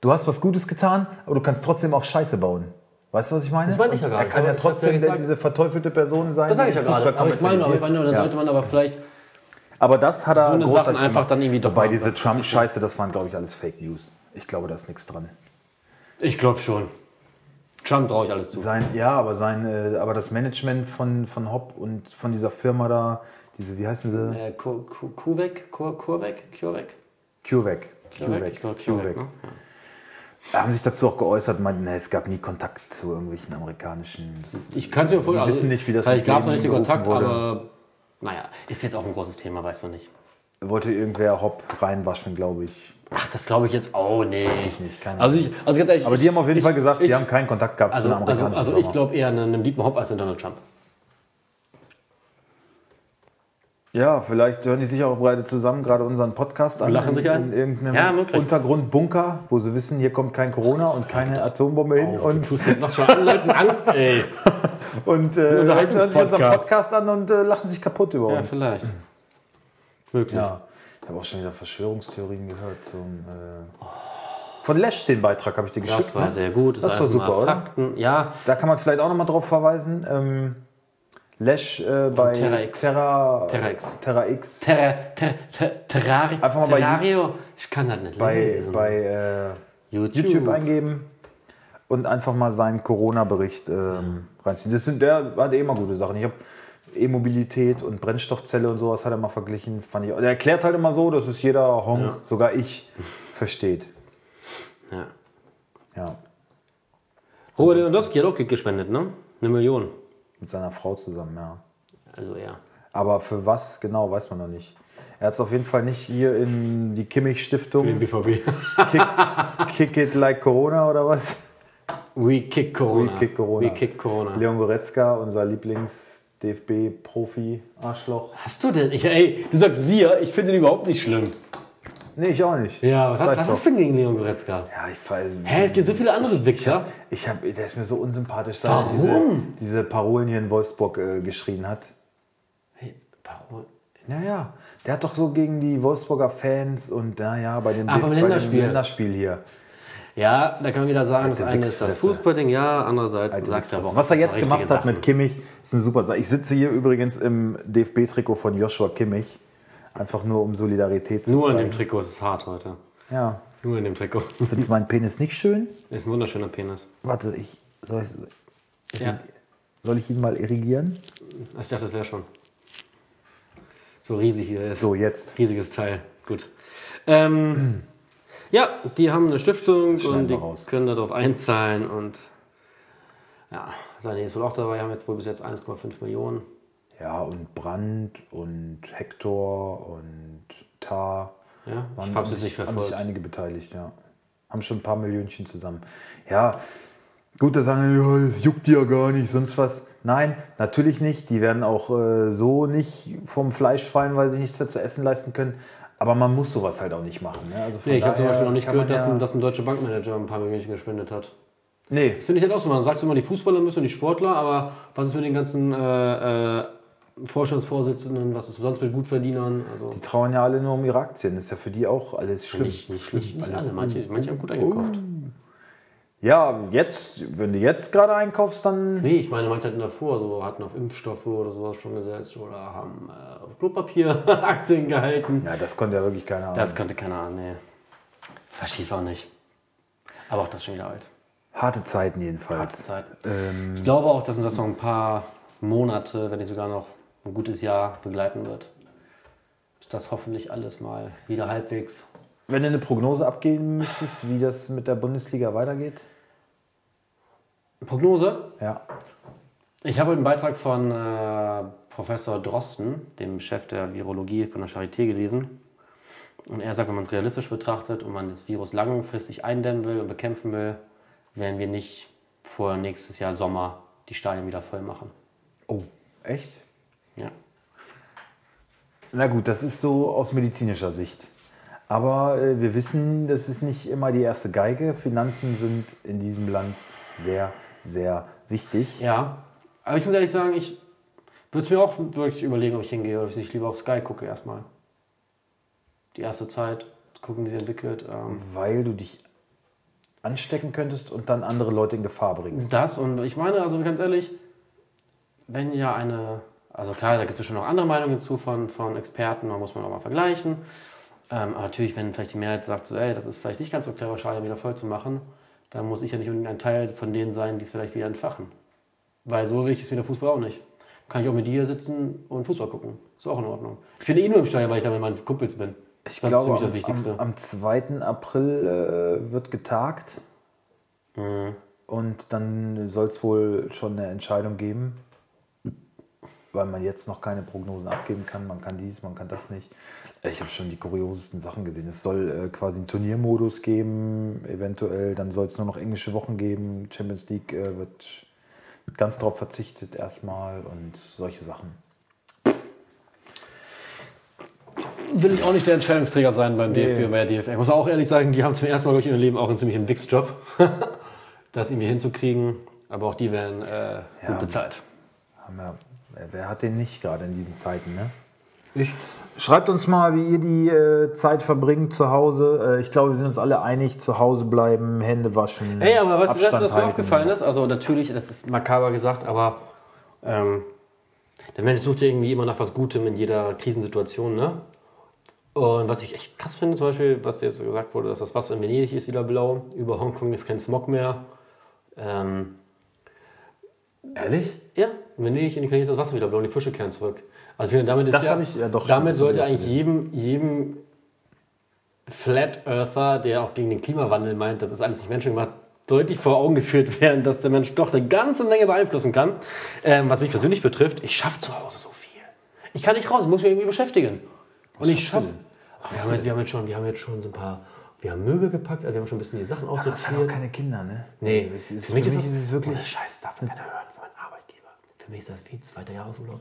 du hast was Gutes getan, aber du kannst trotzdem auch Scheiße bauen. Weißt du, was ich meine?
Das meine ich ja
Und
gerade.
Er kann ja
Ich hab's ja
trotzdem
gesagt.
diese verteufelte Person sein.
Das sage
die
ich ja
den Fußball
gerade. Aber ich meine, aber ich
kommerzialisiert.
meine, dann
Ja.
sollte man aber vielleicht
Aber das hat er
So eine
großartig
Sachen einfach
gemacht.
dann irgendwie doch
Wobei
machen,
diese
das
Trump-Scheiße, das waren, glaube ich, alles Fake News. Ich glaube, da ist nichts dran.
Ich glaube schon. Trump traue ich alles zu.
Sein, ja, aber sein, äh, aber das Management von, von Hopp und von dieser Firma da, diese, wie heißen sie?
Äh, Ku- Ku- Kuwek? Kur- Kurwek? Kurwek?
CureVac.
Kurwek? Ich glaube Kurwek. ne?
Da haben sich dazu auch geäußert, meinten, nee, es gab nie Kontakt zu irgendwelchen amerikanischen. Das,
Ich kann es mir vorstellen. Also,
Die wissen nicht, wie das
Ich
ins
gab noch
Leben
nicht den Kontakt,
gerufen wurde.
aber naja, ist jetzt auch ein großes Thema, weiß man nicht.
wollte irgendwer Hopp reinwaschen, glaube ich.
Ach, das glaube ich jetzt auch nicht. Weiß
ich nicht, keine
also, ich, also ganz ehrlich.
Aber die haben auf jeden
ich,
Fall gesagt,
ich,
die haben keinen Kontakt gehabt
Also,
zu einer
also,
amerikanischen
also ich
Firma.
glaube eher an einem Dietmar Hopp als an Donald Trump.
Ja, vielleicht hören die sich auch beide zusammen gerade unseren Podcast an.
lachen
in,
sich ein.
In irgendeinem
Ja, möglich.
Untergrundbunker, wo sie wissen, hier kommt kein Corona und keine Atombombe hin.
Oh, du
Oh, und
tust jetzt was schon allen Leuten Angst,
[LAUGHS]
ey.
und äh, hören sich unseren
Unterhaltungspodcast.
Podcast an und äh, lachen sich kaputt über
Ja,
uns.
vielleicht. Möglich.
Ja, ich habe auch schon wieder Verschwörungstheorien gehört. Zum, äh, von Lesch den Beitrag habe ich dir geschickt.
Das war
ne?
sehr gut.
Das
war
war
erstmal
super, oder?
Fakten. Ja,
Da kann man vielleicht auch nochmal drauf verweisen. Ähm, Lesch äh, bei
Terra X.
Terra,
Terra X.
Terra X.
Terra, ter, ter, terrari,
Einfach mal bei
Terrario. ich kann das nicht
Bei,
lesen.
bei äh,
YouTube.
YouTube eingeben und einfach mal seinen Corona-Bericht ähm, reinziehen. Das sind, der hat eh immer gute Sachen. Ich habe E-Mobilität und Brennstoffzelle und sowas hat er mal verglichen. Fand ich, er erklärt halt immer so, dass es jeder Honk,
Ja.
sogar ich, versteht.
Ja.
Ja,
Robert Lewandowski hat auch Geld gespendet, ne? Eine Million.
mit seiner Frau zusammen, ja.
Also ja.
Aber für was genau, weiß man noch nicht. Er hat es auf jeden Fall nicht hier in die Kimmich-Stiftung.
BVB.
Kick, kick it like Corona oder was?
We kick Corona.
We kick Corona.
We kick Corona.
Leon Goretzka, unser Lieblings-DFB-Profi-Arschloch.
Hast du denn? Ich, ey, du sagst wir, ich finde ihn überhaupt nicht schlimm.
Nee, ich auch nicht.
Ja, was, hast,
Sag
was
doch.
hast du denn gegen Leon Goretzka?
Ja, ich weiß.
Hä, es gibt so viele andere Wichser.
Ich hab, der ist mir so unsympathisch, seit
Warum?
er diese, diese Parolen hier in Wolfsburg äh, geschrien hat.
Hey, warum?
Naja, der hat doch so gegen die Wolfsburger Fans und naja, bei dem,
Ah, beim
bei
Länderspiel.
dem Länderspiel hier.
Ja, da kann man wieder sagen, das
Alte
eine ist das
Wichsfresse.
Fußballding, ja, andererseits
Alte
sagt er
Wichsfresse.
aber auch
Was er
manchmal
jetzt gemacht hat
richtige
mit Kimmich, ist eine super Sache. Ich sitze hier übrigens im DFB-Trikot von Joshua Kimmich. Einfach nur um Solidarität zu
Nur in dem
zeigen.
Trikot ist es hart heute.
Ja.
Nur in dem Trikot. [LAUGHS]
Findest du meinen Penis nicht schön?
Ist ein wunderschöner Penis.
Warte, ich, soll, ich,
Ja.
soll ich ihn mal irrigieren?
Also Ich dachte, das wäre schon. So riesig wie er ist.
So, jetzt.
Riesiges Teil. Gut. Ähm, ja, die haben eine Stiftung
Schneiden
und die
wir raus.
können darauf einzahlen und ja, Sané ist wohl auch dabei, haben jetzt wohl bis jetzt 1,5 Millionen.
Ja, und Brandt und Hector und Tar.
Ja, ich
Waren-
hab's jetzt nicht
Haben sich
verfolgt.
einige beteiligt, ja. Haben schon ein paar Millionchen zusammen. Ja, gut, da sagen wir, ja, das juckt die ja gar nicht, sonst was. Nein, natürlich nicht. Die werden auch äh, so nicht vom Fleisch fallen, weil sie nichts mehr zu essen leisten können. Aber man muss sowas halt auch nicht machen. Ne? Also von
Nee, ich habe zum
daher
Beispiel noch nicht
kann man
gehört, dass,
ja,
ein, dass ein deutscher Bankmanager ein paar Millionen gespendet hat.
Nee,
Das finde ich halt auch so. Man sagt immer, die Fußballer müssen und die Sportler, aber was ist mit den ganzen äh, äh, Vorstandsvorsitzenden, was ist sonst mit Gutverdienern? Also
die trauen ja alle nur um ihre Aktien. Das ist ja für die auch alles schlimm.
nicht, nicht, nicht, nicht alle. Manche, manche haben gut eingekauft.
Ja, jetzt, wenn du jetzt gerade einkaufst, dann
Nee, ich meine, manche hatten davor, so hatten auf Impfstoffe oder sowas schon gesetzt oder haben äh, auf Klopapier Aktien [LAUGHS] gehalten.
Ja, das konnte ja wirklich keiner
Das konnte keiner an, nee. Verschieß auch nicht. Aber auch das ist schon wieder alt.
Harte Zeiten jedenfalls.
Zeit.
Ähm,
Ich glaube auch, dass uns das noch ein paar Monate, wenn nicht sogar noch ein gutes Jahr begleiten wird. Bis das hoffentlich alles mal wieder halbwegs.
wenn du eine Prognose abgeben müsstest, wie das mit der Bundesliga weitergeht,
Prognose.
Ja.
Ich habe einen Beitrag von äh, Professor Drosten, dem Chef der Virologie von der Charité, gelesen. Und er sagt, wenn man es realistisch betrachtet und man das Virus langfristig eindämmen will und bekämpfen will, werden wir nicht vor nächstes Jahr Sommer die Stadien wieder voll machen.
Oh, echt?
Ja.
Na gut, das ist so aus medizinischer Sicht. Aber äh, wir wissen, das ist nicht immer die erste Geige. Finanzen sind in diesem Land sehr, sehr wichtig.
Ja, aber ich muss ehrlich sagen, ich würde es mir auch wirklich überlegen, ob ich hingehe oder ob ich nicht lieber auf Sky gucke erstmal. Die erste Zeit, gucken, wie sie entwickelt. Ähm,
Weil du dich anstecken könntest und dann andere Leute in Gefahr bringst.
das und ich meine, also ganz ehrlich, wenn ja eine, also klar, da gibt es schon noch andere Meinungen zu von, von Experten, da muss man auch mal vergleichen. Ähm, aber natürlich, wenn vielleicht die Mehrheit sagt, so, ey, das ist vielleicht nicht ganz so clever, Schade wieder voll zu machen, dann muss ich ja nicht unbedingt ein Teil von denen sein, die es vielleicht wieder entfachen. Weil so richtig ist mir der Fußball auch nicht. Kann ich auch mit dir sitzen und Fußball gucken. Ist auch in Ordnung. Ich bin eh nur im Stadion, weil ich da mit meinen Kumpels bin.
Ich
das ist für mich das
am-
Wichtigste.
Am, am 2. April äh, wird getagt.
Mhm.
Und dann soll es wohl schon eine Entscheidung geben. Weil man jetzt noch keine Prognosen abgeben kann. Man kann dies, man kann das nicht. Äh, Ich habe schon die kuriosesten Sachen gesehen. Es soll äh, quasi einen Turniermodus geben, eventuell. Dann soll es nur noch englische Wochen geben. Champions League äh, wird ganz drauf verzichtet erstmal und solche Sachen.
Will ich auch nicht der Entscheidungsträger sein beim DFB und bei der DFL. Ich muss auch ehrlich sagen, die haben zum ersten Mal, glaube ich, in ihrem Leben auch einen ziemlichen Wichsjob.
[LAUGHS]
das irgendwie hinzukriegen. Aber auch die werden äh, gut
Ja.
bezahlt.
Haben wir, wer- wer hat den nicht gerade in diesen Zeiten, ne?
Ich
Schreibt uns mal, wie ihr die äh, Zeit verbringt zu Hause. Äh, ich glaube, wir sind uns alle einig, zu Hause bleiben, Hände waschen.
Hey, aber was, weißt
Abstand
du, was mir
halten.
aufgefallen ist? Also natürlich, das ist makaber gesagt, aber ähm, der Mensch sucht ja irgendwie immer nach was Gutem in jeder Krisensituation, ne? Und was ich echt krass finde, zum Beispiel, was jetzt gesagt wurde, dass das Wasser in Venedig ist wieder blau, über Hongkong ist kein Smog mehr. Ähm,
Ehrlich?
ja, in Venedig in die Knie ist das Wasser wieder blau und die Fische kehren zurück. Also ich finde, damit ist
Das
ja,
hab ich ja doch schon
damit sollte
gesehen.
eigentlich jedem, jedem Flat Earther, der auch gegen den Klimawandel meint, das ist alles nicht menschengemacht, deutlich vor Augen geführt werden, dass der Mensch doch eine ganze Menge beeinflussen kann. Ähm, was mich persönlich betrifft, ich schaffe zu Hause so viel. Ich kann nicht raus, ich muss mich irgendwie beschäftigen. und ich schaffe. Wir, haben jetzt- wir, haben jetzt schon- wir haben jetzt schon so ein paar. Wir haben Möbel gepackt, also wir haben schon ein bisschen die Sachen
Das haben auch
aussortiert.
keine Kinder, ne?
Nee,
Es ist-
für mich ist,
es
das,
wirklich.
Ohne Scheiß, darf keiner hören von meinem Arbeitgeber. Für mich ist das wie zweiter Jahresurlaub.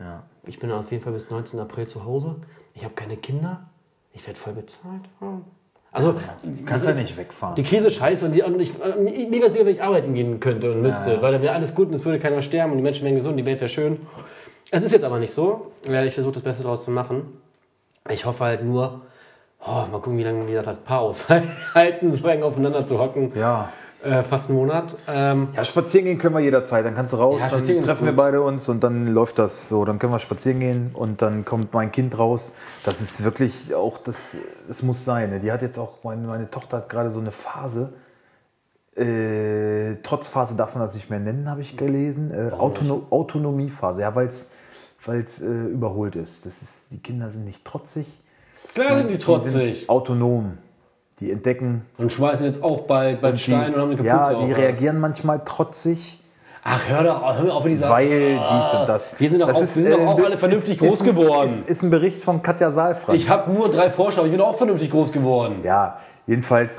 Ja.
Ich bin auf jeden Fall bis 19. April zu Hause. Ich habe keine Kinder. Ich werde voll bezahlt. Hm. Also, das
Kannst ja
ist-
nicht wegfahren.
Die Krise ist scheiße und, die, und ich, äh, mir wäre es lieber, wenn ich arbeiten gehen könnte und müsste, weil dann wäre alles gut und es würde keiner sterben und die Menschen wären gesund, die Welt wäre schön. Es ist jetzt aber nicht so. Ja, Ich versuche das Beste daraus zu machen. Ich hoffe halt nur, oh, mal gucken, wie lange wir das als Paar [LAUGHS] aushalten, so eng aufeinander zu hocken.
ja.
Äh, fast einen Monat. Ähm,
Ja, spazieren gehen können wir jederzeit. Dann kannst du raus,
Ja,
dann
spazieren ist
treffen wir
gut.
beide uns und dann läuft das so. Dann können wir spazieren gehen und dann kommt mein Kind raus. Das ist wirklich auch, das, das muss sein. Ne? Die hat jetzt auch, meine, meine Tochter hat gerade so eine Phase. Äh, Trotzphase darf man das nicht mehr nennen, habe ich gelesen. Äh, Autono Autonomiephase, ja, weil es äh, überholt ist. Das ist. Die Kinder sind nicht trotzig.
Klar sind die
Die
trotzig.
sind autonom. Die entdecken.
Und schmeißen jetzt auch bald beim
Die,
Stein und haben eine Kapuze
ja,
auf.
die reagieren manchmal trotzig.
Ach, hör doch auf, hör mir auf mit dieser...
Weil dies und das.
wir sind doch
das
auch- wir sind doch auch
ein-
alle vernünftig
ein-
groß geworden.
Ist, ist ein Bericht von Katja Saalfrank.
ich habe nur drei Vorschau, ich bin auch vernünftig groß geworden.
ja, jedenfalls,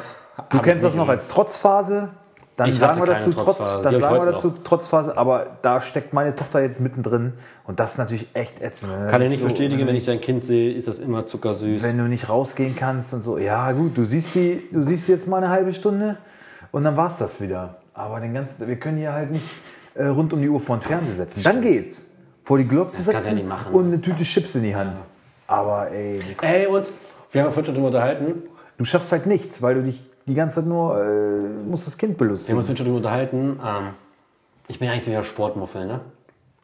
du
ich
kennst das
nicht
noch als Trotzphase. Dann
Ich
sagen wir
hatte
dazu
keine
Trotz,
Trotzphase, die
dann
hab
sagen
ich
wir
heute
dazu Trotzphase, aber da steckt meine Tochter jetzt mittendrin und das ist natürlich echt ätzend. wenn
Kann
du
ich nicht
so-
bestätigen, wenn ich
du
dein Kind sehe, ist das immer zuckersüß.
wenn du nicht rausgehen kannst und so. Ja, gut, du siehst sie, du siehst sie jetzt mal eine halbe Stunde und dann war's das wieder. Aber den ganzen, wir können hier halt nicht äh, rund um die Uhr vor den Fernseher setzen. Dann geht's. Vor die Glotze
kannst du ja
setzen
nicht machen. ne? Äh.
und eine Tüte Chips in die Hand. Aber ey, das,
Ey, und wir haben ja vorhin schon drüber unterhalten.
du schaffst halt nichts, weil du dich die ganze Zeit nur äh, musst das Kind
Wir haben
belustigen.
uns schon drüber unterhalten. Ähm, ich bin ja eigentlich so wieder Sportmuffel, ne?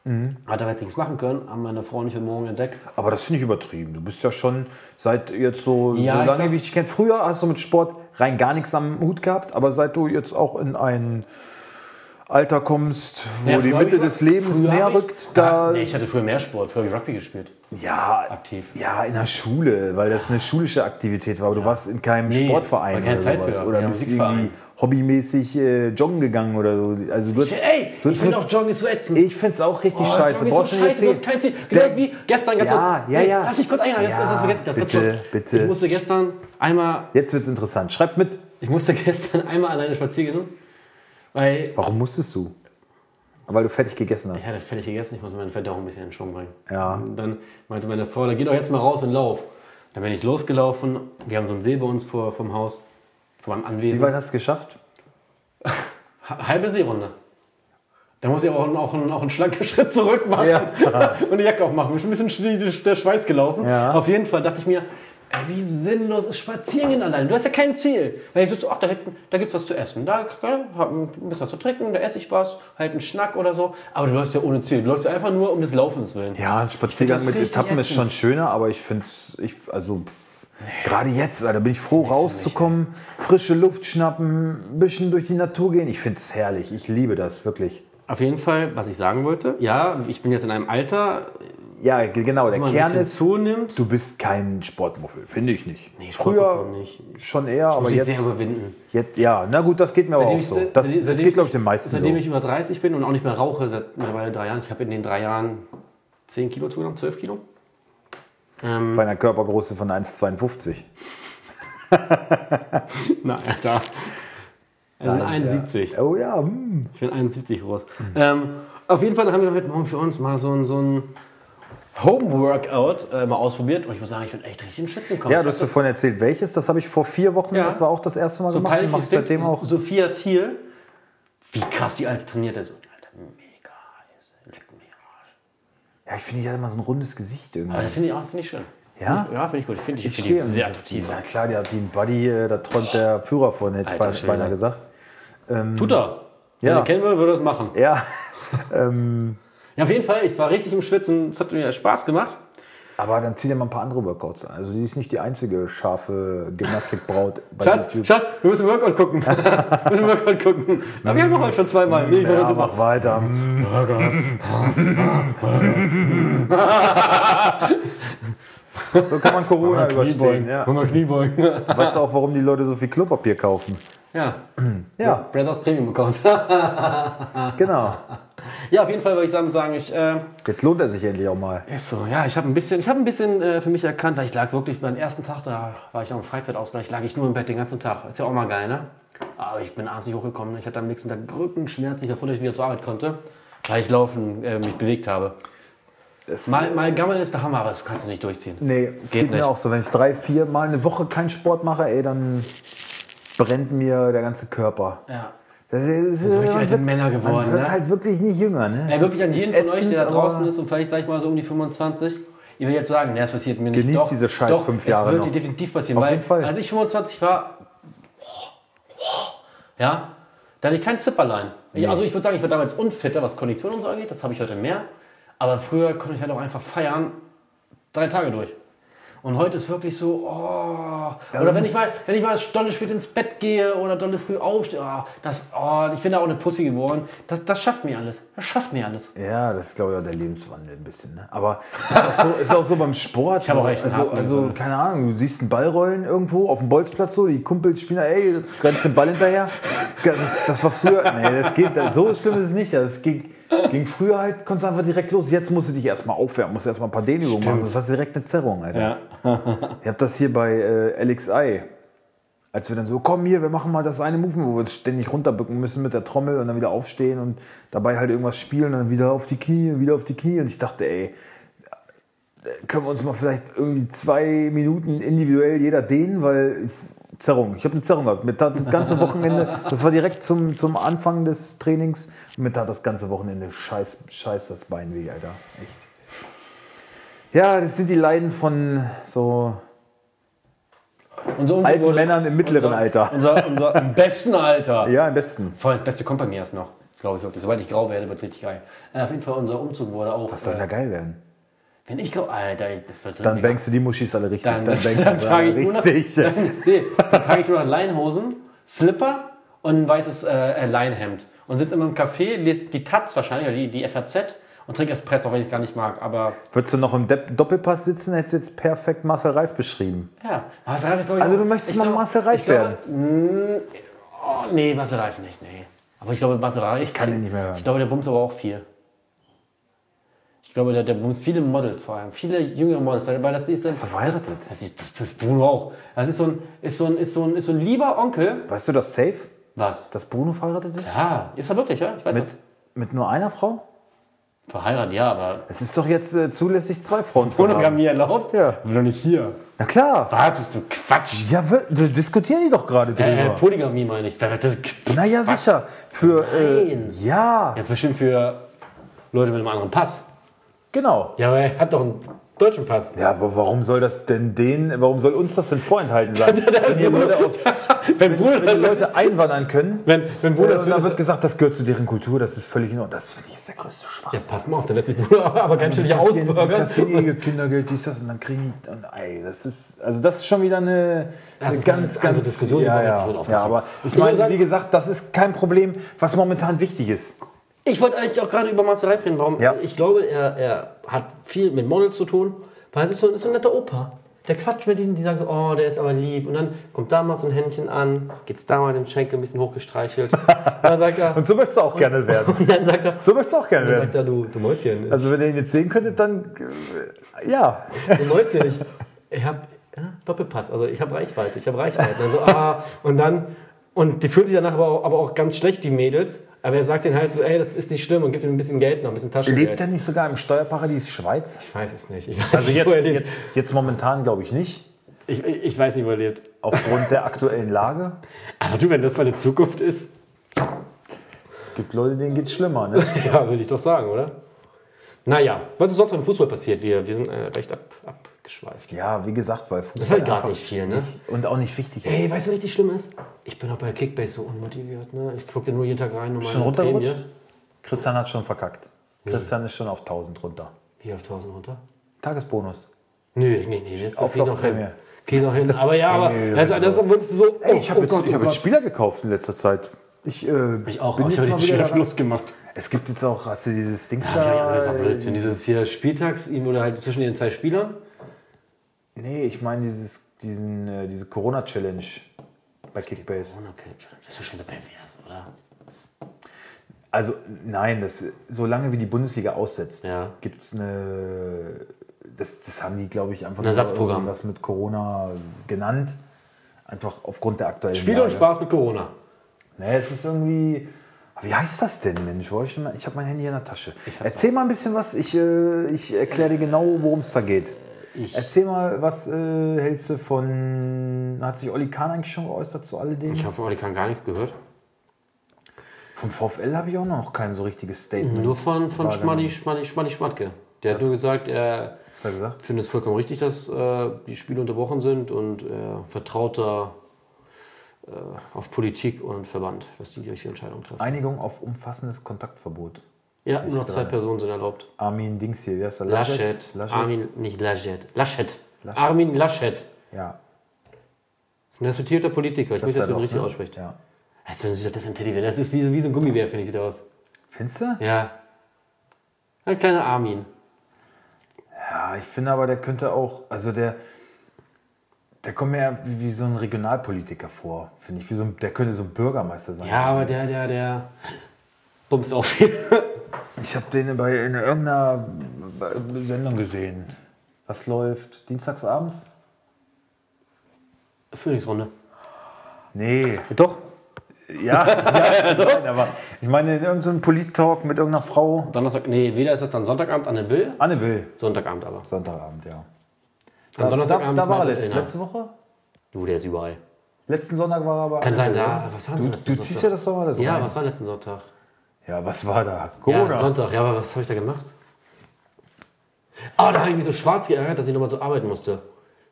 Mhm.
Hat aber jetzt nichts machen können, haben meine Frau nicht heute Morgen entdeckt.
Aber das finde ich übertrieben. Du bist ja schon seit jetzt so,
Ja,
so
ich
lange,
sag-
wie ich dich kenne. Früher hast du mit Sport rein gar nichts am Hut gehabt, aber seit du jetzt auch in einen Alter kommst, wo
Ja,
die
früher hab
Mitte
ich-
des Lebens
früher hab
näher
ich-
rückt, da.
Nee, ich hatte früher mehr Sport, früher habe ich Rugby gespielt.
ja,
Aktiv.
ja, in der Schule, weil das eine schulische Aktivität war. Aber du warst in keinem
Nee,
Sportverein
war keine
oder
Zeit
sowas.
für.
Oder
Ja,
bist
Musikverein.
irgendwie hobbymäßig äh, joggen gegangen oder so. Also du hast,
Ey,
du
ich
hast
finde
mit,
auch Joggen ist so ätzend.
ich find's auch
Oh,
richtig scheiße.
Joggen ist so
Brauchst du nicht
scheiße, du hast
erzählen.
kein Ziel. Genau
Der-
wie gestern, ganz
Ja,
kurz.
ja, ja.
Lass mich kurz einhaken,
Ja,
das, das vergesse ich das.
bitte,
ganz kurz.
bitte.
Ich musste gestern einmal,
Jetzt wird's interessant. Schreibt mit.
ich musste [LAUGHS] gestern einmal alleine spazieren gehen, weil
Warum musstest du? Weil du fertig gegessen
ich
hast.
hatte fertig gegessen, ich musste meine Verdauung ein bisschen in Schwung bringen.
Ja.
Und dann meinte meine Frau, dann geh doch jetzt mal raus und lauf. Dann bin ich losgelaufen, wir haben so einen See bei uns vor, vom Haus, vor meinem
Wie
Anwesen.
weit hast du es geschafft?
Halbe Seerunde. Da muss ich aber auch, auch, einen- auch einen schlanken [LAUGHS] Schritt zurück machen
Ja.
[LAUGHS] und eine Jacke aufmachen. Mir ist ein bisschen schnell die- der Schweiß gelaufen.
Ja.
Auf jeden Fall dachte ich mir, ey, wie sinnlos ist spazieren gehen alleine. Du hast ja kein Ziel. Weil ich so, zu, ach, da hinten, da gibt's was zu essen. Da äh, hab ein bisschen was zu trinken, da esse ich was, halt einen Schnack oder so. Aber du läufst ja ohne Ziel. Du läufst ja einfach nur um des Laufens willen.
Ja, ein Spaziergang
das
mit
richtig
Etappen ist schon schöner, aber ich finde es, ich, also pff, gerade jetzt, da bin ich froh rauszukommen, frische Luft schnappen, ein bisschen durch die Natur gehen. Ich finde es herrlich, ich liebe das wirklich.
Auf jeden Fall, was ich sagen wollte, ja, ich bin jetzt in einem Alter,
Ja, ge- genau, der
wo man ein
Kern
bisschen
ist,
zunimmt.
du bist kein Sportmuffel, finde ich nicht.
Nee,
Früher
Sportmuffel nicht.
schon eher, aber
muss ich sehr
jetzt,
überwinden.
jetzt, ja, na gut, das geht mir aber
Seitdem
auch
ich-
so. Das,
seitdem-
das
seitdem
geht,
ich-
glaube ich, den meisten
Seitdem
so.
ich über 30 bin und auch nicht mehr rauche, seit mittlerweile drei Jahren, ich habe in den drei Jahren 10 Kilo zugenommen, 12 Kilo. Ähm, [LAUGHS]
Bei einer Körpergröße von 1,52.
Nein, da. Also
Nein,
71.
Oh ja, hm.
Ich bin 71 groß. Ähm, auf jeden Fall haben wir heute Morgen für uns mal so ein, so ein Home-Workout äh, mal ausprobiert. Und ich muss sagen, ich bin echt richtig in Schützen gekommen.
ja,
Ich
du
hab
hast mir vorhin erzählt, welches, das habe ich vor vier Wochen
Ja.
etwa auch das erste Mal
so
gemacht
peinlich
und mache
ist
ich seitdem
Fit-
auch.
Sophia Thiel. Wie krass die Alte trainiert ist. Und Alter, mega heiß. Leck mich am Arsch.
Ja, ich finde, die hat immer so ein rundes Gesicht irgendwie.
Aber das finde ich auch finde ich schön.
Ja?
Ja, finde ich gut. Ich finde die,
Ich
find
stehe
die sehr attraktiv.
Na klar, die hat die einen Buddy, äh, da träumt der Führer von, hätte ich
Alter
beinahe- beinahe
Schwede.
gesagt.
Tut er. Wenn
Ja.
er kennen würde, würde er es machen.
Ja, ähm,
Ja, auf jeden Fall, ich war richtig im Schwitzen. Es hat mir Spaß gemacht.
aber dann zieh dir mal ein paar andere Workouts an. Also die ist nicht die einzige scharfe Gymnastikbraut bei
Schatz,
YouTube.
Schatz, wir müssen Workout gucken. [LAUGHS] wir müssen Workout gucken. Aber wir haben noch heute schon zweimal. Nee, ich
Ja,
ja,
mach weiter.
Mhm.
Mm.
[LAUGHS]
so kann
[LAUGHS]
man Corona überstehen. Ja.
mal Kniebeugen.
Weißt du auch, warum die Leute so viel Klopapier kaufen?
Ja,
Ja,
Breathers Premium Account. [LAUGHS]
genau.
ja, auf jeden Fall würde ich sagen, sagen ich, äh,
Jetzt lohnt er sich endlich auch mal.
Ist so, ja, ich habe ein bisschen, ich hab ein bisschen äh, für mich erkannt, weil ich lag wirklich beim ersten Tag, da war ich auch im Freizeitausgleich, lag ich nur im Bett den ganzen Tag. Ist ja auch mal geil, ne? Aber ich bin abends nicht hochgekommen. Ich hatte am nächsten Tag Rückenschmerzen, ich war froh, dass ich wieder zur Arbeit konnte, weil ich laufen, äh, mich bewegt habe.
Das-
Mal, mal gammeln ist der Hammer, aber das kannst du nicht durchziehen.
Nee, geht, geht
nicht.
mir auch so. Wenn ich drei, vier Mal eine Woche keinen Sport mache, ey, dann brennt mir der ganze Körper.
Ja.
Das ist,
so richtig
man
alte Männer geworden,
Man wird
ne?
halt wirklich nicht jünger, ne?
Ey,
Es
wirklich
ist-
an jeden
ist
von euch,
ätzend,
der da draußen
aber
ist und vielleicht, sag ich mal, so um die 25, ihr will jetzt sagen, ne, das passiert mir nicht.
Genießt diese scheiß
doch,
fünf Jahre
Es wird
noch.
dir definitiv passieren,
Auf
weil
jeden Fall.
als ich 25 war, ja, da hatte ich kein Zipperlein. Ich, also ich würde sagen, ich war damals unfitter, was Kondition und so angeht, das habe ich heute mehr. Aber früher konnte ich halt auch einfach feiern, drei Tage durch. Und heute ist wirklich so, oh. Oder wenn ich mal, wenn ich mal dolle spät ins Bett gehe oder dolle früh aufstehe, oh, das, oh, ich bin da auch eine Pussy geworden. Das, das schafft mir alles. Das schafft mir alles.
Ja, das ist, glaube ich, auch der Lebenswandel ein bisschen, ne? Aber ist auch so, ist auch so
[LAUGHS]
beim Sport. Ich
hab
so,
auch echt einen
also,
harten
also,
Lebenswandel.
keine Ahnung, du siehst einen Ball rollen irgendwo auf dem Bolzplatz so, die Kumpels spielen, da, ey, rennst den Ball hinterher. Das, das, das war früher, nee, das geht, das, so schlimm ist es nicht. Das ging, ging früher halt, konntest du einfach direkt los. Jetzt musst du dich erstmal aufwärmen, musst erstmal ein paar Dehnübungen machen, sonst hast du direkt eine Zerrung, Alter. Ich habe das hier bei äh, LXI. Als wir dann so, komm hier, wir machen mal das eine Movement, wo wir uns ständig runterbücken müssen mit der Trommel und dann wieder aufstehen und dabei halt irgendwas spielen und dann wieder auf die Knie, wieder auf die Knie. Und ich dachte, ey, können wir uns mal vielleicht irgendwie zwei Minuten individuell jeder dehnen, weil Zerrung, ich habe eine Zerrung gehabt. Mir tat das ganze Wochenende, das war direkt zum, zum Anfang des Trainings, mir tat das ganze Wochenende scheiß, scheiß das Bein weh, Alter. Echt. Ja, das sind die Leiden von so
Und so
Alten Männern im mittleren
unser,
Alter.
Unser, unser, im besten Alter.
Ja, am besten.
Vor allem das beste kommt bei mir erst noch, glaube ich wirklich. Sobald ich grau werde, wird es richtig geil. Äh, auf jeden Fall, unser Umzug wurde auch.
Was soll denn da
äh,
geil werden?
wenn ich grau. Alter, ich- das wird
Dann
richtig-
bangst du die Muschis alle richtig.
dann,
Dann,
dann,
[LAUGHS] bangst du
dann [LAUGHS]
sie
trage
alle
ich nur noch, [LAUGHS]
richtig.
dann, nee, dann trage ich nur noch Leinhosen, Slipper und ein weißes äh, äh, Leinhemd. und sitze immer im Café, lese die Taz wahrscheinlich, oder die, die FAZ und trinke Espresso, auch wenn ich es gar nicht mag. Aber
Würdest du noch im Depp- Doppelpass sitzen, hättest du jetzt perfekt Marcel Reif beschrieben.
ja, Marcel Reif ist, glaube ich,
Also
auch-
du möchtest
ich
mal
glaube-
Marcel Reif
ich glaube, mh, Oh, nee, Marcel Reif nicht, nee. Aber ich glaube, Marcel Reif. Ich
kann ihn nicht mehr hören.
Ich glaube, der bumst aber auch viel. Ich glaube, der, der bumst viele Models vor allem, viele jüngere Models, weil weil das ist ein,
er verheiratet?
Das ist, das ist Bruno auch. Das ist so ein, ist so ein, ist so ein, ist so ein lieber Onkel.
Weißt du das safe,
Was?
dass Bruno verheiratet ist?
Ja, ist er wirklich, ja? Ich weiß
Mit,
das.
mit nur einer Frau?
Verheiratet, ja, aber
Es ist doch jetzt äh, zulässig, zwei Frauen zu haben.
Monogamie erlaubt?
Ja.
Aber doch nicht hier.
Na klar.
Was bist du? Quatsch.
Ja, wir, da diskutieren die doch gerade
Äh,
drüber.
Polygamie meine ich. Das,
naja,
was?
sicher. Für, äh,
Nein.
ja,
Ja, bestimmt für Leute mit einem anderen Pass.
genau.
Ja, aber er hat doch einen deutschen Pass.
Ja, aber warum soll das denn den, warum soll uns [LAUGHS] das denn vorenthalten sein? wenn, die Leute aus,
Wenn Bruder
wenn die
das,
Leute einwandern können,
wenn, wenn Bruder
äh,
das
und dann
will,
wird gesagt, das gehört zu deren Kultur, das ist völlig in Ordnung. Das finde ich ist der größte Schwachsinn.
ja, pass mal auf, dann lässt sich Bruder [LAUGHS] aber ganz schön ne? hier
Kassieren-
ausbürgern.
kassieren ihr Kindergeld, dies, das und dann kriegen die. Und, ey, das ist, also das ist schon wieder eine,
Das
eine
ist
ganz,
eine andere
ganz.
Diskussion, die
ja,
wollen wir jetzt
ja,
nicht aufmachen.
ja, aber ich
Ich würde
meine,
sagen-
wie gesagt, das ist kein Problem, was momentan wichtig ist.
Ich wollte eigentlich auch gerade über Marcel Reif reden. Warum?
Ja.
Ich glaube, er, er hat viel mit Models zu tun, weil es ist so, ist so ein netter Opa. Der quatscht mit ihnen, die sagen so, oh, der ist aber lieb. Und dann kommt da mal so ein Händchen an, geht's da mal den Schenkel ein bisschen [LAUGHS] hochgestreichelt. Und dann sagt er,
Und so möchtest du auch gerne werden.
und [LAUGHS] dann sagt er,
So möchtest du auch gerne
dann
werden.
sagt er du, du Mäuschen,
Also wenn ihr ihn jetzt sehen könntet, dann äh, ja.
du Mäuschen, ich, ich hab ja, Doppelpass, also ich hab Reichweite, ich hab Reichweite. Also, ah, und dann, und die fühlen sich danach aber auch, aber auch ganz schlecht, die Mädels. Aber er sagt ihnen halt so, ey, das ist nicht schlimm und gibt ihnen ein bisschen Geld noch, ein bisschen Taschengeld.
Lebt er nicht sogar im Steuerparadies Schweiz?
Ich weiß es nicht. Ich weiß
Also
nicht,
jetzt,
wo er lebt.
jetzt, jetzt momentan glaube ich nicht,
Ich, ich, ich weiß nicht, wo er lebt.
aufgrund der aktuellen Lage.
Aber du, wenn das meine Zukunft ist, [LAUGHS]
Gibt Leute, denen geht's schlimmer. Ne?
[LAUGHS] ja, würde ich doch sagen, oder? Naja, was ist sonst im Fußball passiert? Wir, wir sind äh, recht ab, abgeschweift.
Ja, wie gesagt, weil Fußball
Das ist halt gerade
einfach
nicht viel, ne?
und auch nicht wichtig ist.
Ey, weißt du, was richtig schlimm ist? Ich bin auch bei Kickbase so unmotiviert, ne? Ich gucke nur jeden Tag rein. Nur
Schon
meine
runtergerutscht?
Prämie.
Christian hat schon verkackt. Christian ist schon auf 1000 runter.
Wie auf 1000 runter?
Tagesbonus.
Oh, Nö, nee, nee, jetzt
Auf
geh noch hin.
Lochprämie.
Geh noch hin. Aber [LAUGHS] ja, aber
Nee, nee,
das,
das ist
das wirkst du so. Oh
Ey, ich habe jetzt, ich hab jetzt
Gott.
Spieler gekauft in letzter Zeit. Ich, äh,
Ich auch,
bin
aber ich
jetzt
habe den
mal wieder
Schüler
daran-
losgemacht. Äh,
Es gibt jetzt auch, hast du dieses Ding
Ja, ja,
da?
das ist doch Blödsinn. Dieses hier Spieltags, ihm wurde halt zwischen den zwei Spielern.
Nee, ich meine dieses, diesen, äh, diese Corona-Challenge bei Kickbase.
Okay, das ist doch schon so pervers, oder?
Also nein, das, solange wie die Bundesliga aussetzt,
Ja.
gibt es eine. Das, das haben die, glaube ich, einfach
Ein Ersatzprogramm.
was mit Corona genannt. Einfach aufgrund der aktuellen
Spiele und
Lage.
Spaß mit Corona.
Nee, es ist irgendwie. Aber Wie heißt das denn, Mensch? Wo hab Ich, denn mein- ich habe mein Handy in der Tasche. Erzähl mal ein bisschen was. Ich, äh, ich erkläre dir genau, worum es da geht. Erzähl mal, was äh, hältst du von. Hat sich Olli Kahn eigentlich schon geäußert zu alledem?
Ich habe von Olikan gar nichts gehört.
Vom VfL habe ich auch noch kein so richtiges Statement.
Nur von, von Schmadi,
Wahrgenommen.
Schmadi, Schmadi Schmatke. Der hat nur gesagt, er
Was hat er gesagt?
findet es vollkommen richtig, dass äh, die Spiele unterbrochen sind und er vertraut da äh, auf Politik und Verband, dass die die richtige Entscheidung treffen.
Einigung auf umfassendes Kontaktverbot.
Ja, nur noch zwei Personen sind erlaubt.
Armin Dings hier, wie heißt der?
Laschet.
Laschet.
Armin, nicht Laschet. Laschet. Armin Laschet.
Ja,
Das ist ein respektierter Politiker. Ich möchte, dass du
ist er
ihn
doch,
richtig
ne?
aussprichst.
Ja.
Weißt du, das ist das ist ein Teddybär. Das ist wie so, wie so ein Gummibär, finde ich, sieht er aus.
Findest du?
Ja. Ein kleiner Armin.
Ja, ich finde aber, der könnte auch, also der, der kommt mir eher wie wie so ein Regionalpolitiker vor, finde ich. Wie so ein, der könnte so ein Bürgermeister sein.
Ja, aber der, der, der [LAUGHS] bumst auch viel.
Ich habe den bei in irgendeiner äh, Sendung gesehen. Was läuft? Dienstagsabends?
[LAUGHS] Frühlingsrunde.
Nee,
Doch. [LAUGHS]
ja, ja nein, aber ich meine, in irgendeinem Polit-Talk mit irgendeiner Frau.
Donnerstag, nee, weder ist das dann Sonntagabend an der Bill,
Anne Will,
Sonntagabend aber.
Sonntagabend, ja.
Am
da, da war er
Madeleine.
letzt, letzte Woche?
Du, der ist überall.
Letzten Sonntag war er aber.
Kann
Anne
sein,
Will,
da,
oder?
was war
Du,
denn
du ziehst ja das doch mal das
Ja,
rein.
was war letzten Sonntag?
Ja, was war da?
Ja,
Corona.
Sonntag, ja, aber was habe ich da gemacht? Ah, da habe ich mich so schwarz geärgert, dass ich nochmal so arbeiten musste.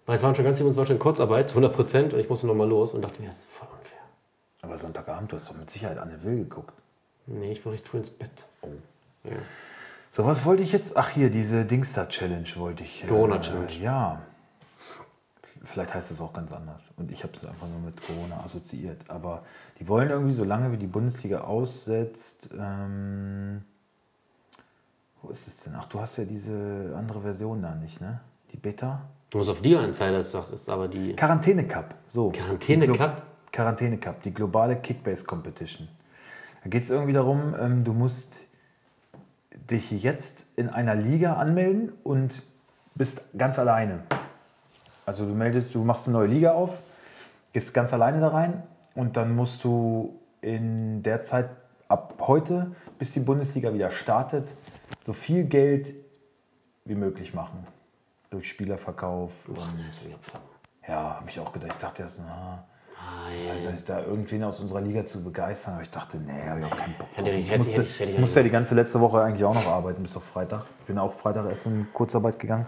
Weil es waren schon ganz viele, es war schon Kurzarbeit, [LAUGHS] 100 Prozent, und ich musste nochmal los und dachte mir, das ist voll unfair.
aber Sonntagabend, du hast doch mit Sicherheit Anne Will geguckt.
Nee, ich bin recht früh ins Bett. Ja.
So, was wollte ich jetzt? Ach, hier, diese Dingster-Challenge wollte ich. äh,
Corona-Challenge.
Ja. vielleicht heißt das auch ganz anders. Und ich habe es einfach nur mit Corona assoziiert. Aber die wollen irgendwie, solange wie die Bundesliga aussetzt, ähm, wo ist es denn? Ach, du hast ja diese andere Version da nicht, ne? Die Beta?
Du musst auf die Insider ist doch, ist aber die.
Quarantäne Cup. So.
Quarantäne Cup?
Glo- Quarantäne Cup, die globale Kickbase Competition. Da geht es irgendwie darum, ähm, du musst dich jetzt in einer Liga anmelden und bist ganz alleine. Also du meldest, du machst eine neue Liga auf, gehst ganz alleine da rein und dann musst du in der Zeit ab heute, bis die Bundesliga wieder startet, so viel Geld wie möglich machen. Durch Spielerverkauf und ja, habe ich auch gedacht. Ich dachte erst, na, also da irgendwen aus unserer Liga zu begeistern, aber ich dachte, nee, habe ich auch keinen Bock drauf.
ich-
Ich
hätte ich-
musste,
hätte ich- hätte ich-
musste ja die ganze letzte Woche eigentlich auch noch arbeiten, bis auf Freitag. Ich bin auch Freitag erst in Kurzarbeit gegangen.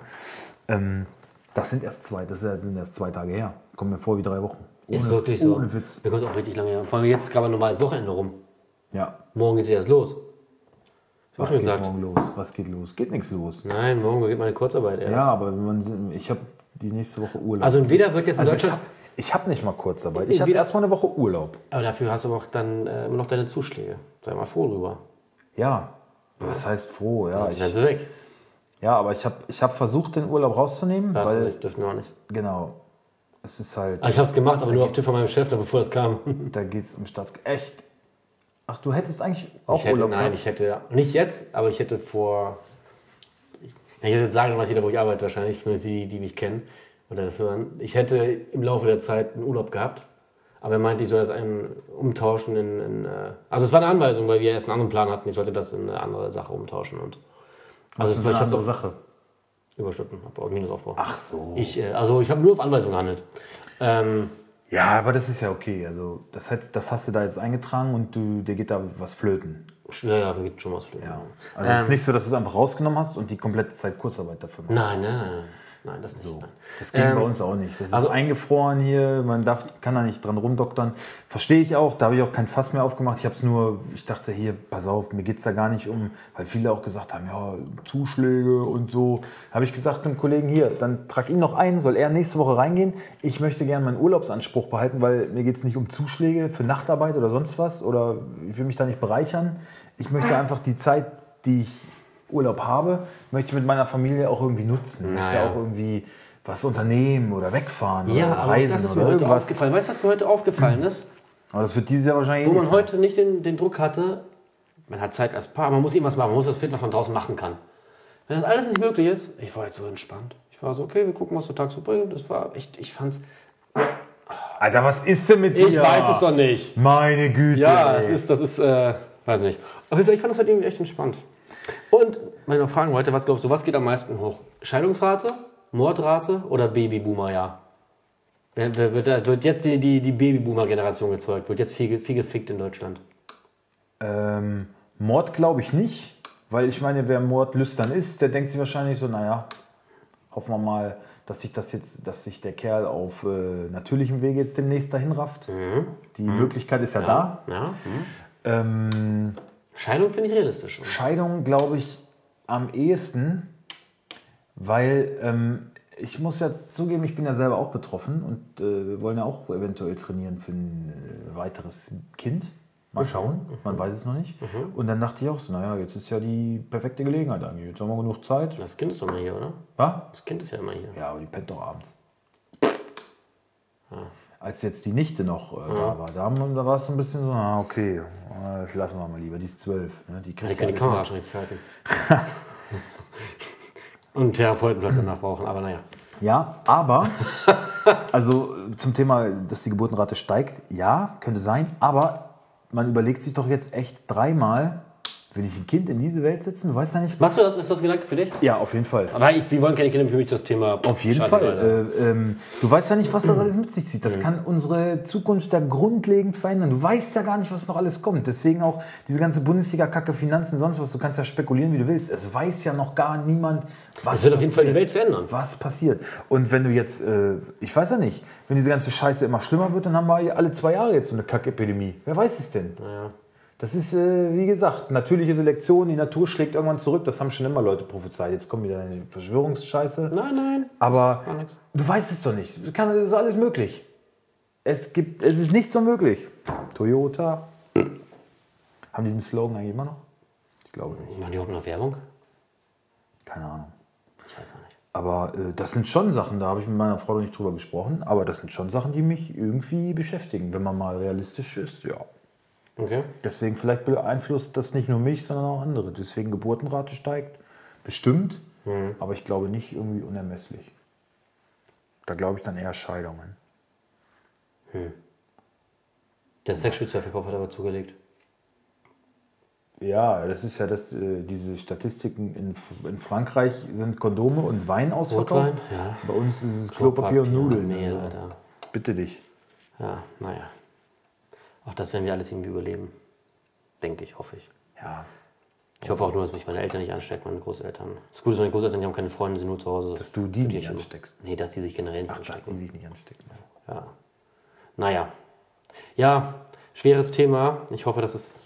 Ähm, das sind erst zwei, das sind erst zwei Tage her. Kommt mir vor wie drei Wochen. Ohne,
ist wirklich so.
Ohne Witz.
Mir kommt auch richtig lange her. Vor allem jetzt gerade ein normales Wochenende rum.
Ja.
Morgen geht's erst los.
Was
schon
geht
gesagt.
morgen los? Was geht los? Geht nichts los.
Nein, morgen geht meine Kurzarbeit erst.
Ja, aber man, ich habe die nächste Woche Urlaub.
Also entweder wird jetzt in
Also ich
Deutschland.
habe hab nicht mal Kurzarbeit. Ich habe
Entweder-
erstmal eine Woche Urlaub.
Aber dafür hast du aber auch dann äh, immer noch deine Zuschläge. Sei mal froh drüber.
Ja. Was heißt froh? Ja, ich,
Dann sind sie weg.
ja aber ich habe ich hab versucht, den Urlaub rauszunehmen,
Das
weil
nicht, dürfen wir auch nicht.
Genau. Es ist halt,
Ah, ich hab's gemacht, aber nur auf Tipp von meinem Chef, da bevor das
[LAUGHS]
kam.
da geht es um Staats... Echt? Ach, du hättest eigentlich auch
Ich hätte,
Urlaub ne?
nein, ich hätte, nicht jetzt, aber ich hätte vor. Ich, ja, ich hätte jetzt sagen lassen, dass jeder, wo ich arbeite, wahrscheinlich, zumindest die, die mich kennen oder das hören. Ich hätte im Laufe der Zeit einen Urlaub gehabt, aber er meinte, ich soll das einen umtauschen in. in äh, also, es war eine Anweisung, weil wir erst einen anderen Plan hatten, ich sollte das in eine andere Sache umtauschen. Und, also, es
Das ist
war,
eine
ich
andere
habe
Sache.
Überstunden, habe Minusaufbau.
Ach so.
Ich, äh, also, ich habe nur auf Anweisung gehandelt. Ähm,
Ja, aber das ist ja okay. Also, das, hätt, das hast du da jetzt eingetragen und du, dir geht da was flöten.
ja, ja, dann geht schon was für ja.
Also,
Ähm.
es ist nicht so, dass du es einfach rausgenommen hast und die komplette Zeit Kurzarbeit dafür machst.
Nein, nein, nein, nein. nein, das nicht. Nein.
Das ging bei uns auch nicht. Das
also-
ist eingefroren hier, man darf, kann da nicht dran rumdoktern. Verstehe ich auch, da habe ich auch kein Fass mehr aufgemacht. Ich habe es nur, ich dachte hier, pass auf, mir geht es da gar nicht um, weil viele auch gesagt haben, ja, Zuschläge und so. Habe ich gesagt dem Kollegen hier, dann trag ihn noch ein, soll er nächste Woche reingehen. Ich möchte gerne meinen Urlaubsanspruch behalten, weil mir geht es nicht um Zuschläge für Nachtarbeit oder sonst was oder ich will mich da nicht bereichern. Ich möchte
[CLEARS THROAT]
einfach die Zeit, die ich Urlaub habe, möchte ich mit meiner Familie auch irgendwie nutzen. Ich möchte
Naja.
auch irgendwie was unternehmen oder wegfahren
Ja,
oder
aber
reisen
das ist mir
oder
heute
irgendwas. Mhm.
aufgefallen. Weißt du, was mir heute aufgefallen ist?
Aber das wird dieses Jahr wahrscheinlich
Wo
eh
man
nichts mehr.
heute nicht den, den Druck hatte, man hat Zeit als Paar, man muss irgendwas machen, man muss was finden, was man draußen machen kann. Wenn das alles nicht möglich ist, ich war jetzt so entspannt. Ich war so, okay, wir gucken, was der Tag so bringt. Das war echt, ich fand's.
Alter, was ist denn mit dir?
Ich weiß es doch nicht.
Meine Güte.
Ja, das
ey.
ist, das ist, äh, weiß nicht. Auf jeden Fall, ich fand das heute irgendwie echt entspannt. Und wenn ich noch fragen wollte, was glaubst du, was geht am meisten hoch? Scheidungsrate, Mordrate oder Babyboomer-Jahr? Wer, wer, wird, da- wird jetzt die, die, die Babyboomer-Generation gezeugt? Wird jetzt viel, ge- viel gefickt in Deutschland?
ähm, Mord glaube ich nicht, weil ich meine, wer Mord lüstern ist, der denkt sich wahrscheinlich so, naja, hoffen wir mal, dass sich das jetzt, dass sich der Kerl auf äh, natürlichem Wege jetzt demnächst dahin rafft. Die Möglichkeit ist ja, da.
Mhm. Ja? Hm.
Ähm,
Scheidung finde ich realistisch.
Scheidung, glaube ich, am ehesten, weil ähm, ich muss ja zugeben, ich bin ja selber auch betroffen und äh, wir wollen ja auch eventuell trainieren für ein äh, weiteres Kind. Mal
Mhm.
schauen, man weiß es noch nicht. Und dann dachte ich auch so, naja, jetzt ist ja die perfekte Gelegenheit eigentlich. Jetzt haben wir genug Zeit.
Das Kind ist doch mal hier, oder?
Ja,
Das Kind ist ja immer hier.
ja aber die pennt doch abends.
Hm.
Als jetzt die Nichte noch äh, da war, da, haben- da war es so ein bisschen so, ah, okay, äh, das lassen wir mal lieber. Die ist zwölf. Ne? Die
Ja, die kann
kriegt
die
alles
Kamera schon richtig halten. [LAUGHS] Und einen Therapeutenplatz danach brauchen, aber naja.
Ja, aber, [LAUGHS] also äh, zum Thema, dass die Geburtenrate steigt, ja, könnte sein, aber man überlegt sich doch jetzt echt dreimal, will ich ein Kind in diese Welt setzen? Du weißt ja nicht.
Machst du das? Ist das ein Gedanke für dich?
Ja, auf jeden Fall.
Aber ich, wir wollen keine Kinder für mich das Thema.
Auf jeden
scheißegal.
Fall. Äh, ähm, du weißt ja nicht, was das alles mit sich zieht. Das kann unsere Zukunft da grundlegend verändern. Du weißt ja gar nicht, was noch alles kommt. Deswegen auch diese ganze Bundesliga-Kacke, Finanzen, sonst was. Du kannst ja spekulieren, wie du willst. Es weiß ja noch gar niemand, was
Das wird auf jeden Fall die
passiert.
Welt verändern.
was passiert. Und wenn du jetzt, äh, ich weiß ja nicht, wenn diese ganze Scheiße immer schlimmer wird, dann haben wir alle zwei Jahre jetzt so eine Kackepidemie. Wer weiß es denn? Das ist, äh, wie gesagt, natürliche Selektion, die Natur schlägt irgendwann zurück. Das haben schon immer Leute prophezeit. Jetzt kommen wieder eine Verschwörungsscheiße.
Nein, nein.
Aber du weißt es doch nicht. Es kann- Es ist alles möglich. Es, gibt, es ist nichts unmöglich. Toyota. Haben die den Slogan eigentlich immer noch? Ich glaube nicht.
Machen die überhaupt noch Werbung?
Keine Ahnung.
Ich weiß auch nicht.
Aber äh, das sind schon Sachen, da habe ich mit meiner Frau noch nicht drüber gesprochen, aber das sind schon Sachen, die mich irgendwie beschäftigen, wenn man mal realistisch ist, ja.
Okay.
Deswegen vielleicht beeinflusst das nicht nur mich, sondern auch andere. Deswegen Geburtenrate steigt, bestimmt,
Mhm.
aber ich glaube nicht irgendwie unermesslich. Da glaube ich dann eher Scheidungen.
Der Sexspielzeugverkauf hat aber zugelegt.
Ja, das ist ja das, äh, diese Statistiken in, F- in Frankreich sind Kondome und Wein ausverkauft.
Rotwein, ja.
Bei uns ist es Klopapier und Nudeln.
Mehl,
also.
Alter.
Bitte dich.
Ja, naja. Auch das werden wir alles irgendwie überleben. Denke ich, hoffe ich.
Ja,
Ich hoffe auch nur, dass mich meine Eltern nicht anstecken, meine Großeltern. Das Gute ist, meine Großeltern die haben keine Freunde, die sind nur zu Hause.
dass du die
Die
nicht
schon-
ansteckst.
Nee, dass die sich generell nicht
Dass
anstecken.
die sich nicht anstecken.
Ja. Naja. Ja, schweres Thema. Ich hoffe, dass es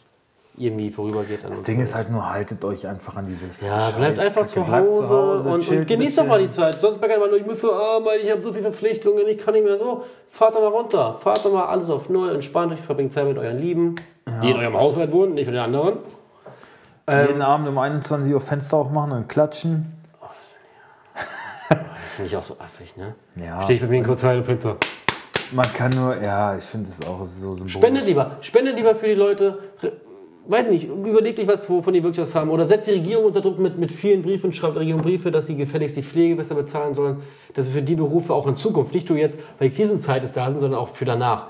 irgendwie vorübergeht. an
Das
uns.
Ding ist halt nur, haltet euch einfach an diese
Ja,
Scheiß-
bleibt einfach
Kacke.
zu
Bleibt
Hause, und,
chillt
und
ein
genießt doch mal die
bisschen.
Zeit. Sonst merkt man, ich muss so arbeiten, ich habe so viele Verpflichtungen, ich kann nicht mehr so. Fahrt doch mal runter, fahrt doch mal alles auf Null, entspannt euch, verbringt Zeit mit euren Lieben, die in eurem Haushalt wohnen, nicht mit den anderen.
Jeden Abend um 21 Uhr Fenster aufmachen und klatschen.
Das finde ich auch so affig, ne?
Ja.
Stehe ich bei mir in kurz rein und Fenster.
Man kann nur, ja, ich finde es auch so symbolisch.
Spendet lieber, spendet lieber für die Leute. Re- Weiß nicht, überlegt euch was, wovon die wirklich was haben. Oder setzt die Regierung unter Druck mit, mit vielen Briefen, schreibt der Regierung Briefe, dass sie gefälligst die Pflege besser bezahlen sollen, dass wir für die Berufe auch in Zukunft, nicht nur jetzt, weil die Krisenzeit ist da sind, sondern auch für danach.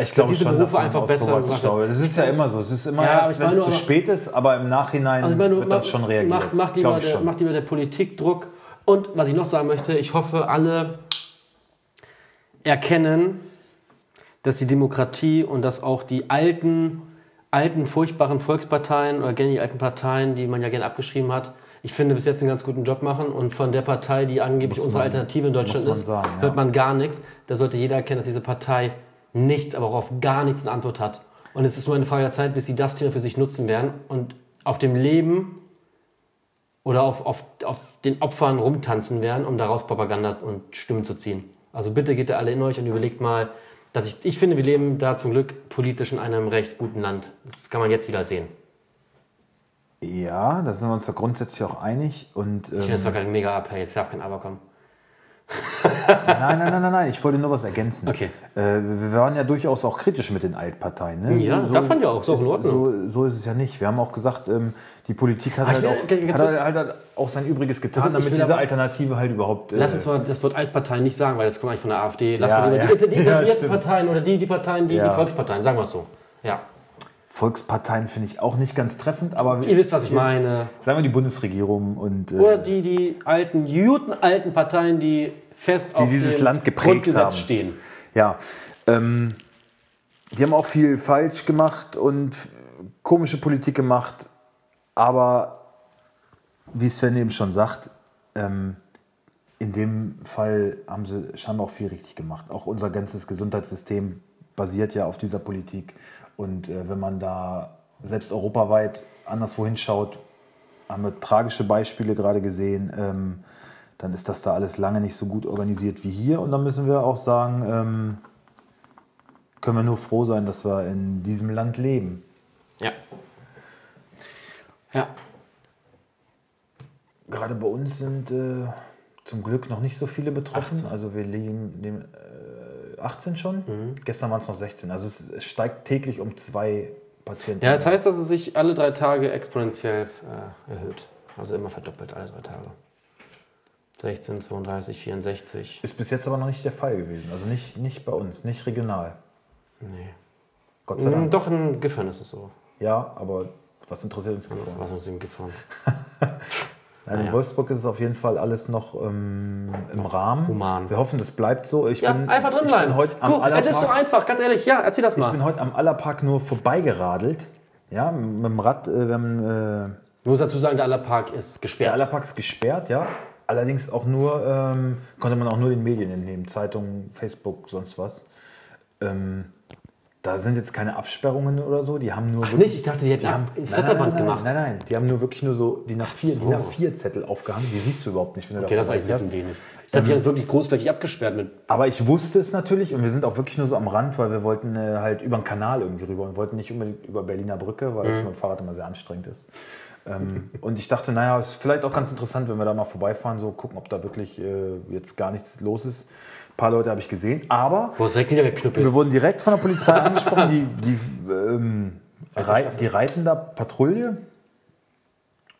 Ich glaube
diese
schon,
Berufe
man
einfach
aus
besser
sowas-
machen.
ich glaube, Das ist ja immer so. Es ist immer
Ja, aber ich
erst, wenn
meine nur,
es zu
aber-
spät ist, aber im Nachhinein
Also ich meine,
wird
ma-
dann schon reagiert.
Macht, macht, lieber
glaube ich
der,
schon.
macht lieber der Politik Druck. Und was ich noch sagen möchte, ich hoffe, alle erkennen, dass die Demokratie und dass auch die alten, alten furchtbaren Volksparteien oder gerne die alten Parteien, die man ja gerne abgeschrieben hat, ich finde, bis jetzt einen ganz guten Job machen. Und von der Partei, die angeblich unsere
man-
Alternative in Deutschland
muss man
ist,
sagen, ja.
hört man gar nichts. Da sollte jeder erkennen, dass diese Partei nichts, aber auch auf gar nichts eine Antwort hat. Und es ist nur eine Frage der Zeit, bis sie das Thema für sich nutzen werden und auf dem Leben oder auf, auf, auf den Opfern rumtanzen werden, um daraus Propaganda und Stimmen zu ziehen. Also bitte geht da alle in euch und überlegt mal, dass ich, ich finde, wir leben da zum Glück politisch in einem recht guten Land. Das kann man jetzt wieder sehen.
Ja, da sind wir uns ja grundsätzlich auch einig. Und, ähm,
Ich finde, das war gerade ein mega Appell, jetzt darf kein Aber kommen.
Nein, nein, nein, nein, nein, ich wollte nur was ergänzen.
Okay.
Äh, wir waren ja durchaus auch kritisch mit den Altparteien. Ne?
Ja, darf man ja auch, ist auch in
ist,
Ordnung.
so, so ist es ja nicht. Wir haben auch gesagt, ähm, die Politik hat,
Aber ich
halt,
will-
auch, hat halt, halt auch sein Übriges getan,
Ich will
damit diese
aber-
Alternative halt überhaupt. äh,
Lass uns mal das Wort Altparteien nicht sagen, weil das kommt eigentlich von der AfD. Lass
Ja,
mal
ja.
lieber die, die, die
Ja,
etablierten
stimmt.
Parteien oder die, die Parteien, die,
Ja.
die Volksparteien, sagen wir es so. Ja.
Volksparteien finde ich auch nicht ganz treffend, aber
Ihr wisst, was ich meine.
sagen wir die Bundesregierung und. äh,
Oder die, die alten, guten alten Parteien, die fest auf
dieses
dem
Land geprägt
Grundgesetz
haben.
stehen.
Ja. Ähm, die haben auch viel falsch gemacht und komische Politik gemacht. Aber wie Sven eben schon sagt, ähm, in dem Fall haben sie scheinbar auch viel richtig gemacht. Auch unser ganzes Gesundheitssystem basiert ja auf dieser Politik. Und äh, wenn man da selbst europaweit anderswo hinschaut, haben wir tragische Beispiele gerade gesehen, ähm, dann ist das da alles lange nicht so gut organisiert wie hier. Und dann müssen wir auch sagen, ähm, können wir nur froh sein, dass wir in diesem Land leben.
Ja. Ja.
Gerade bei uns sind äh, zum Glück noch nicht so viele betroffen. Also wir leben nehmen, äh, 18 schon.
Mhm.
Gestern waren es noch 16. Also es, es steigt täglich um zwei Patienten.
Ja, das heißt, dass es sich alle drei Tage exponentiell äh, erhöht. Also immer verdoppelt alle drei Tage. 16, 32, 64.
ist bis jetzt aber noch nicht der Fall gewesen. Also nicht, nicht bei uns, nicht regional.
Nee.
Gott sei Dank.
Mm, doch, in Giffern ist es so.
Ja, aber was interessiert uns Gefahr?
Was uns in Giffern.
Nein, in
ja.
Wolfsburg ist es auf jeden Fall alles noch ähm, im Rahmen.
human.
Wir hoffen, das bleibt so. Ich
Ja,
bin,
einfach drin
ich
bleiben.
Bin heute am
Guck, es ist so
Allerpark-
einfach, ganz ehrlich. Ja, erzähl das
ich
mal.
bin heute am Allerpark nur vorbeigeradelt. Ja, mit dem Rad. Äh, wir haben, äh,
Ich muss dazu sagen, der Allerpark ist
der
gesperrt.
Allerpark ist gesperrt, ja. Allerdings auch nur, ähm, konnte man auch nur den Medien entnehmen. Zeitungen, Facebook, sonst was. Ähm, Da sind jetzt keine Absperrungen oder so, die haben nur.
Ach
wirklich-
nicht, ich dachte, die hätten
haben-
ein
Nein, nein,
Flatterband
nein,
gemacht.
Nein, nein, die haben nur wirklich nur so die nach vier,
so.
die nach vier Zettel aufgehangen. Die siehst du überhaupt nicht, wenn du
Okay,
da
das ist eigentlich ein bisschen
vorbeifährst.
wenig. Ich dachte, die
Ähm.
haben es wirklich großflächig abgesperrt mit.
Aber ich wusste es natürlich und wir sind auch wirklich nur so am Rand, weil wir wollten äh, halt über den Kanal irgendwie rüber und wollten nicht unbedingt über Berliner Brücke, weil das mit dem Fahrrad immer sehr anstrengend ist. Ähm, [LAUGHS] und ich dachte, naja, ist vielleicht auch ganz interessant, wenn wir da mal vorbeifahren, so gucken, ob da wirklich äh, jetzt gar nichts los ist. Ein paar Leute habe ich gesehen, aber
Boah, ist direkt niedergeknüppelt.
wir wurden direkt von der Polizei angesprochen, die, die, ähm, rei die reiten da Patrouille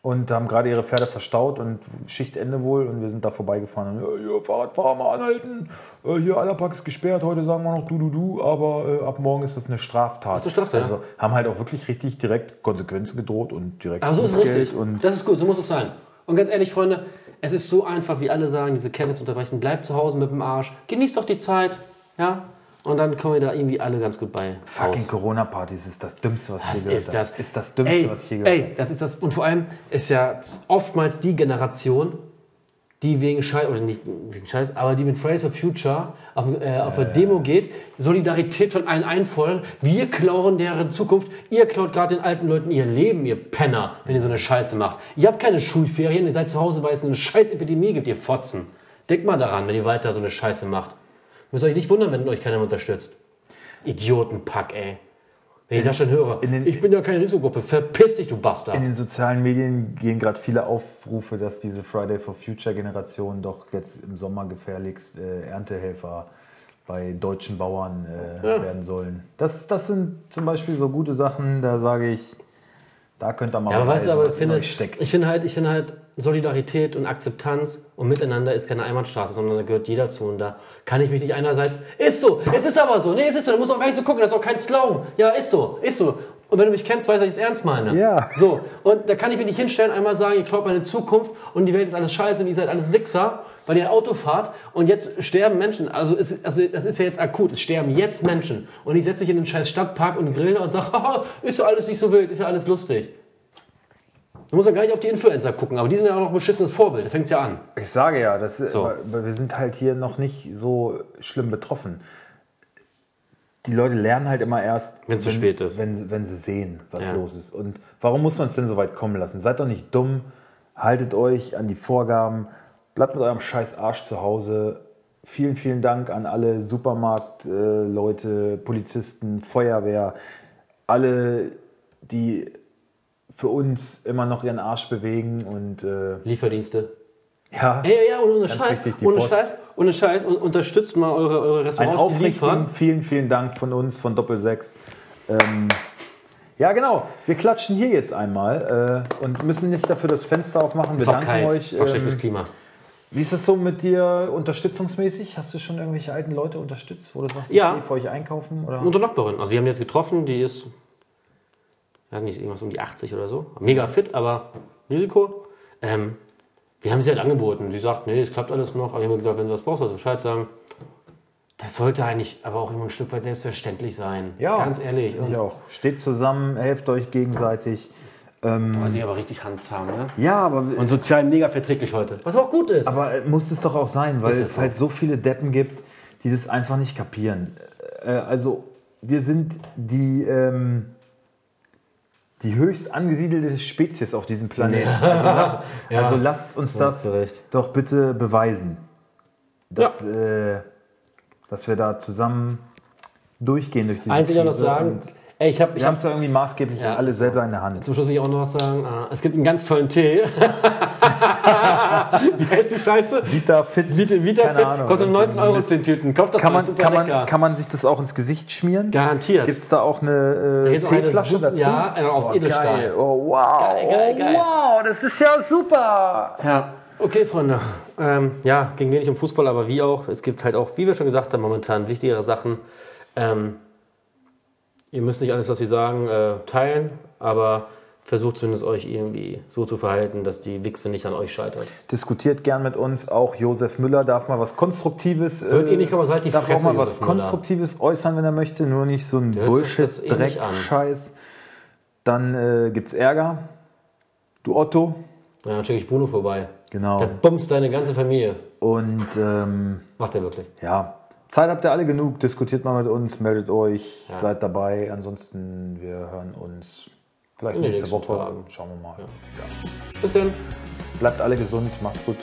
und haben gerade ihre Pferde verstaut und Schichtende wohl und wir sind da vorbeigefahren. Und, äh, hier, Fahrradfahrer mal anhalten, äh, hier Allerpark ist gesperrt, heute sagen wir noch du, du, du, aber äh, ab morgen ist das eine Straftat.
Das ist eine Straftat,
Also haben halt auch wirklich richtig direkt Konsequenzen gedroht und direkt
Aber so ist es
Bußgeld
richtig.
Und
das ist gut, so muss es sein. Und ganz ehrlich, Freunde, es ist so einfach, wie alle sagen, diese Kette zu unterbrechen. Bleibt zu Hause mit dem Arsch, genießt doch die Zeit, ja? Und dann kommen wir da irgendwie alle ganz gut bei.
fucking
raus.
Corona-Partys ist das Dümmste, was ich
Was
je gehört
ist
habe.
das?
Ist das Dümmste,
ey,
was ich je gehört habe.
Ey, das ist das. Und vor allem ist ja oftmals die Generation, die wegen Scheiß, oder nicht wegen Scheiß, aber die mit Fridays for Future auf, äh, auf eine Demo geht, Solidarität von allen einfordern. Wir klauen deren Zukunft. Ihr klaut gerade den alten Leuten ihr Leben, ihr Penner, wenn ihr so eine Scheiße macht. Ihr habt keine Schulferien, ihr seid zu Hause, weil es eine Scheißepidemie gibt, ihr Fotzen. Denkt mal daran, wenn ihr weiter so eine Scheiße macht. Müsst euch nicht wundern, wenn euch keiner mehr unterstützt. Idiotenpack, ey. Wenn ich das schon höre.
in den-
ich bin ja keine Risikogruppe. Verpiss dich, du Bastard.
In den sozialen Medien gehen gerade viele Aufrufe, dass diese Friday for Future Generation doch jetzt im Sommer gefährlichst äh, Erntehelfer bei deutschen Bauern äh, werden sollen. Das, das sind zum Beispiel so gute Sachen, da sage ich, da könnt ihr mal
Ja, aber weißt du,
reisen,
aber
was
ich
in
finde,
euch steckt.
ich finde halt, ich finde halt, Solidarität und Akzeptanz und Miteinander ist keine Einbahnstraße, sondern da gehört jeder zu und da kann ich mich nicht einerseits, ist so, es ist aber so, nee, es ist so, da musst du auch gar nicht so gucken, das ist auch kein Glauben. Ja, ist so, ist so. Und wenn du mich kennst, weißt du, dass ich es ernst meine.
Ja.
So, und da kann ich mich nicht hinstellen, einmal sagen, ihr glaubt meine Zukunft und die Welt ist alles scheiße und ihr seid alles Wichser, weil ihr Auto fahrt und jetzt sterben Menschen. Also, es, also das ist ja jetzt akut, es sterben jetzt Menschen. Und ich setze mich in den scheiß Stadtpark und grille und sage, haha, [LAUGHS] ist ja alles nicht so wild, ist ja alles lustig. Da muss man gar nicht auf die Influencer gucken, aber die sind ja auch noch ein beschissenes Vorbild. Da fängt es ja an.
Ich sage ja, das, aber wir sind halt hier noch nicht so schlimm betroffen. Die Leute lernen halt immer erst,
Wenn's zu spät ist.
Wenn, sie- wenn sie sehen, was
Ja.
los ist. Und warum muss man es denn so weit kommen lassen? Seid doch nicht dumm, haltet euch an die Vorgaben, bleibt mit eurem scheiß Arsch zu Hause. Vielen, vielen Dank an alle Supermarktleute, äh, Leute, Polizisten, Feuerwehr, alle, die für uns immer noch ihren Arsch bewegen und äh,
Lieferdienste.
ja.
Ja, ja, ja, und ohne
Ganz
Scheiß.
wichtig, die
ohne
Post.
Scheiß. Ohne Scheiß. Und unterstützt mal eure, eure
Ein
Restaurants, die
aufrichtigen
liefern.
vielen, vielen Dank von uns, von Doppelsechs. Ähm, ja, genau. Wir klatschen hier jetzt einmal äh, und müssen nicht dafür das Fenster aufmachen. Wir
Ist auch
danken
kalt.
euch.
Ist auch schlecht fürs
Ähm,
Klima.
wie ist es so mit dir unterstützungsmäßig? Hast du schon irgendwelche alten Leute unterstützt, wo du sagst,
Ja.
ich gehe für euch einkaufen? Oder?
Unsere Nachbarin. Also, wir haben die jetzt getroffen. Die ist, ja, nicht irgendwas um die 80 oder so. Mega fit, aber Risiko. Ähm, wir haben sie halt angeboten. Sie sagt, nee, es klappt alles noch. Aber wir haben gesagt, wenn du was brauchst, sollst du Bescheid sagen. Das sollte eigentlich aber auch immer ein Stück weit selbstverständlich sein. Ganz ehrlich.
finde Ich
Und,
auch. Steht zusammen, helft euch gegenseitig.
boah, sie aber richtig handzahm, ne?
Ja, aber,
Und sozial mega verträglich heute. Was aber auch gut ist.
aber äh, muss es doch auch sein, weil
Ist es
es halt so viele Deppen gibt, die das einfach nicht kapieren. Äh, also, wir sind die. Ähm, die höchst angesiedelte Spezies auf diesem Planeten. Also,
[LAUGHS]
lasst, also lasst uns das
hast du recht.
doch bitte beweisen, dass, äh, dass wir da zusammen durchgehen durch diese
Eins will ich
Krise.
noch sagen.
und
Ey, ich habe ich
Wir haben
hab,
es ja irgendwie maßgeblich
Ja.
alle selber in der Hand.
zum Schluss will ich auch noch was sagen. Äh, Es gibt einen ganz tollen
[LAUGHS]
Tee. Wie heißt die Scheiße?
Vita Fit,
Vita, Vita
keine Ahnung.
kostet
so ein
19 Euro
Mist.
10 Tüten. Kauft das
Kann
mal,
man,
super
kann,
lecker.
man, kann man sich das auch ins Gesicht schmieren?
Garantiert.
Gibt es da auch eine äh,
gibt's auch eine
Teeflasche
Sup-
dazu?
ja, äh, aus Edelstahl.
Geil. Oh, wow.
Geil, geil,
oh,
geil.
wow, das ist ja super.
Ja, okay, Freunde. Ähm, ja, ging wenig um Fußball, aber wie auch. Es gibt halt auch, wie wir schon gesagt haben, momentan wichtigere Sachen. Ähm, ihr müsst nicht alles, was wir sagen, äh, teilen, aber versucht zumindest euch irgendwie so zu verhalten, dass die Wichse nicht an euch scheitert.
Diskutiert gern mit uns. Auch Josef Müller darf mal was Konstruktives.
Hört
äh,
ihr nicht, aber seid die
darf
Fresse,
auch mal was
Josef Müller.
Konstruktives äußern, wenn er möchte. Nur nicht so ein
hört sich das eh nicht an.
Bullshit-Dreck-Scheiß. Dann äh, gibt's Ärger. Du Otto.
Ja, dann schicke ich Bruno vorbei.
Genau.
Der bumst deine ganze Familie.
Und ähm,
Macht er wirklich.
ja, Zeit habt ihr alle genug. Diskutiert mal mit uns, meldet euch, seid dabei. Ansonsten, wir hören uns vielleicht
In den
nächste
nächsten
Woche.
Tagen.
Schauen wir mal. Ja.
Bis dann.
Bleibt alle gesund, macht's gut.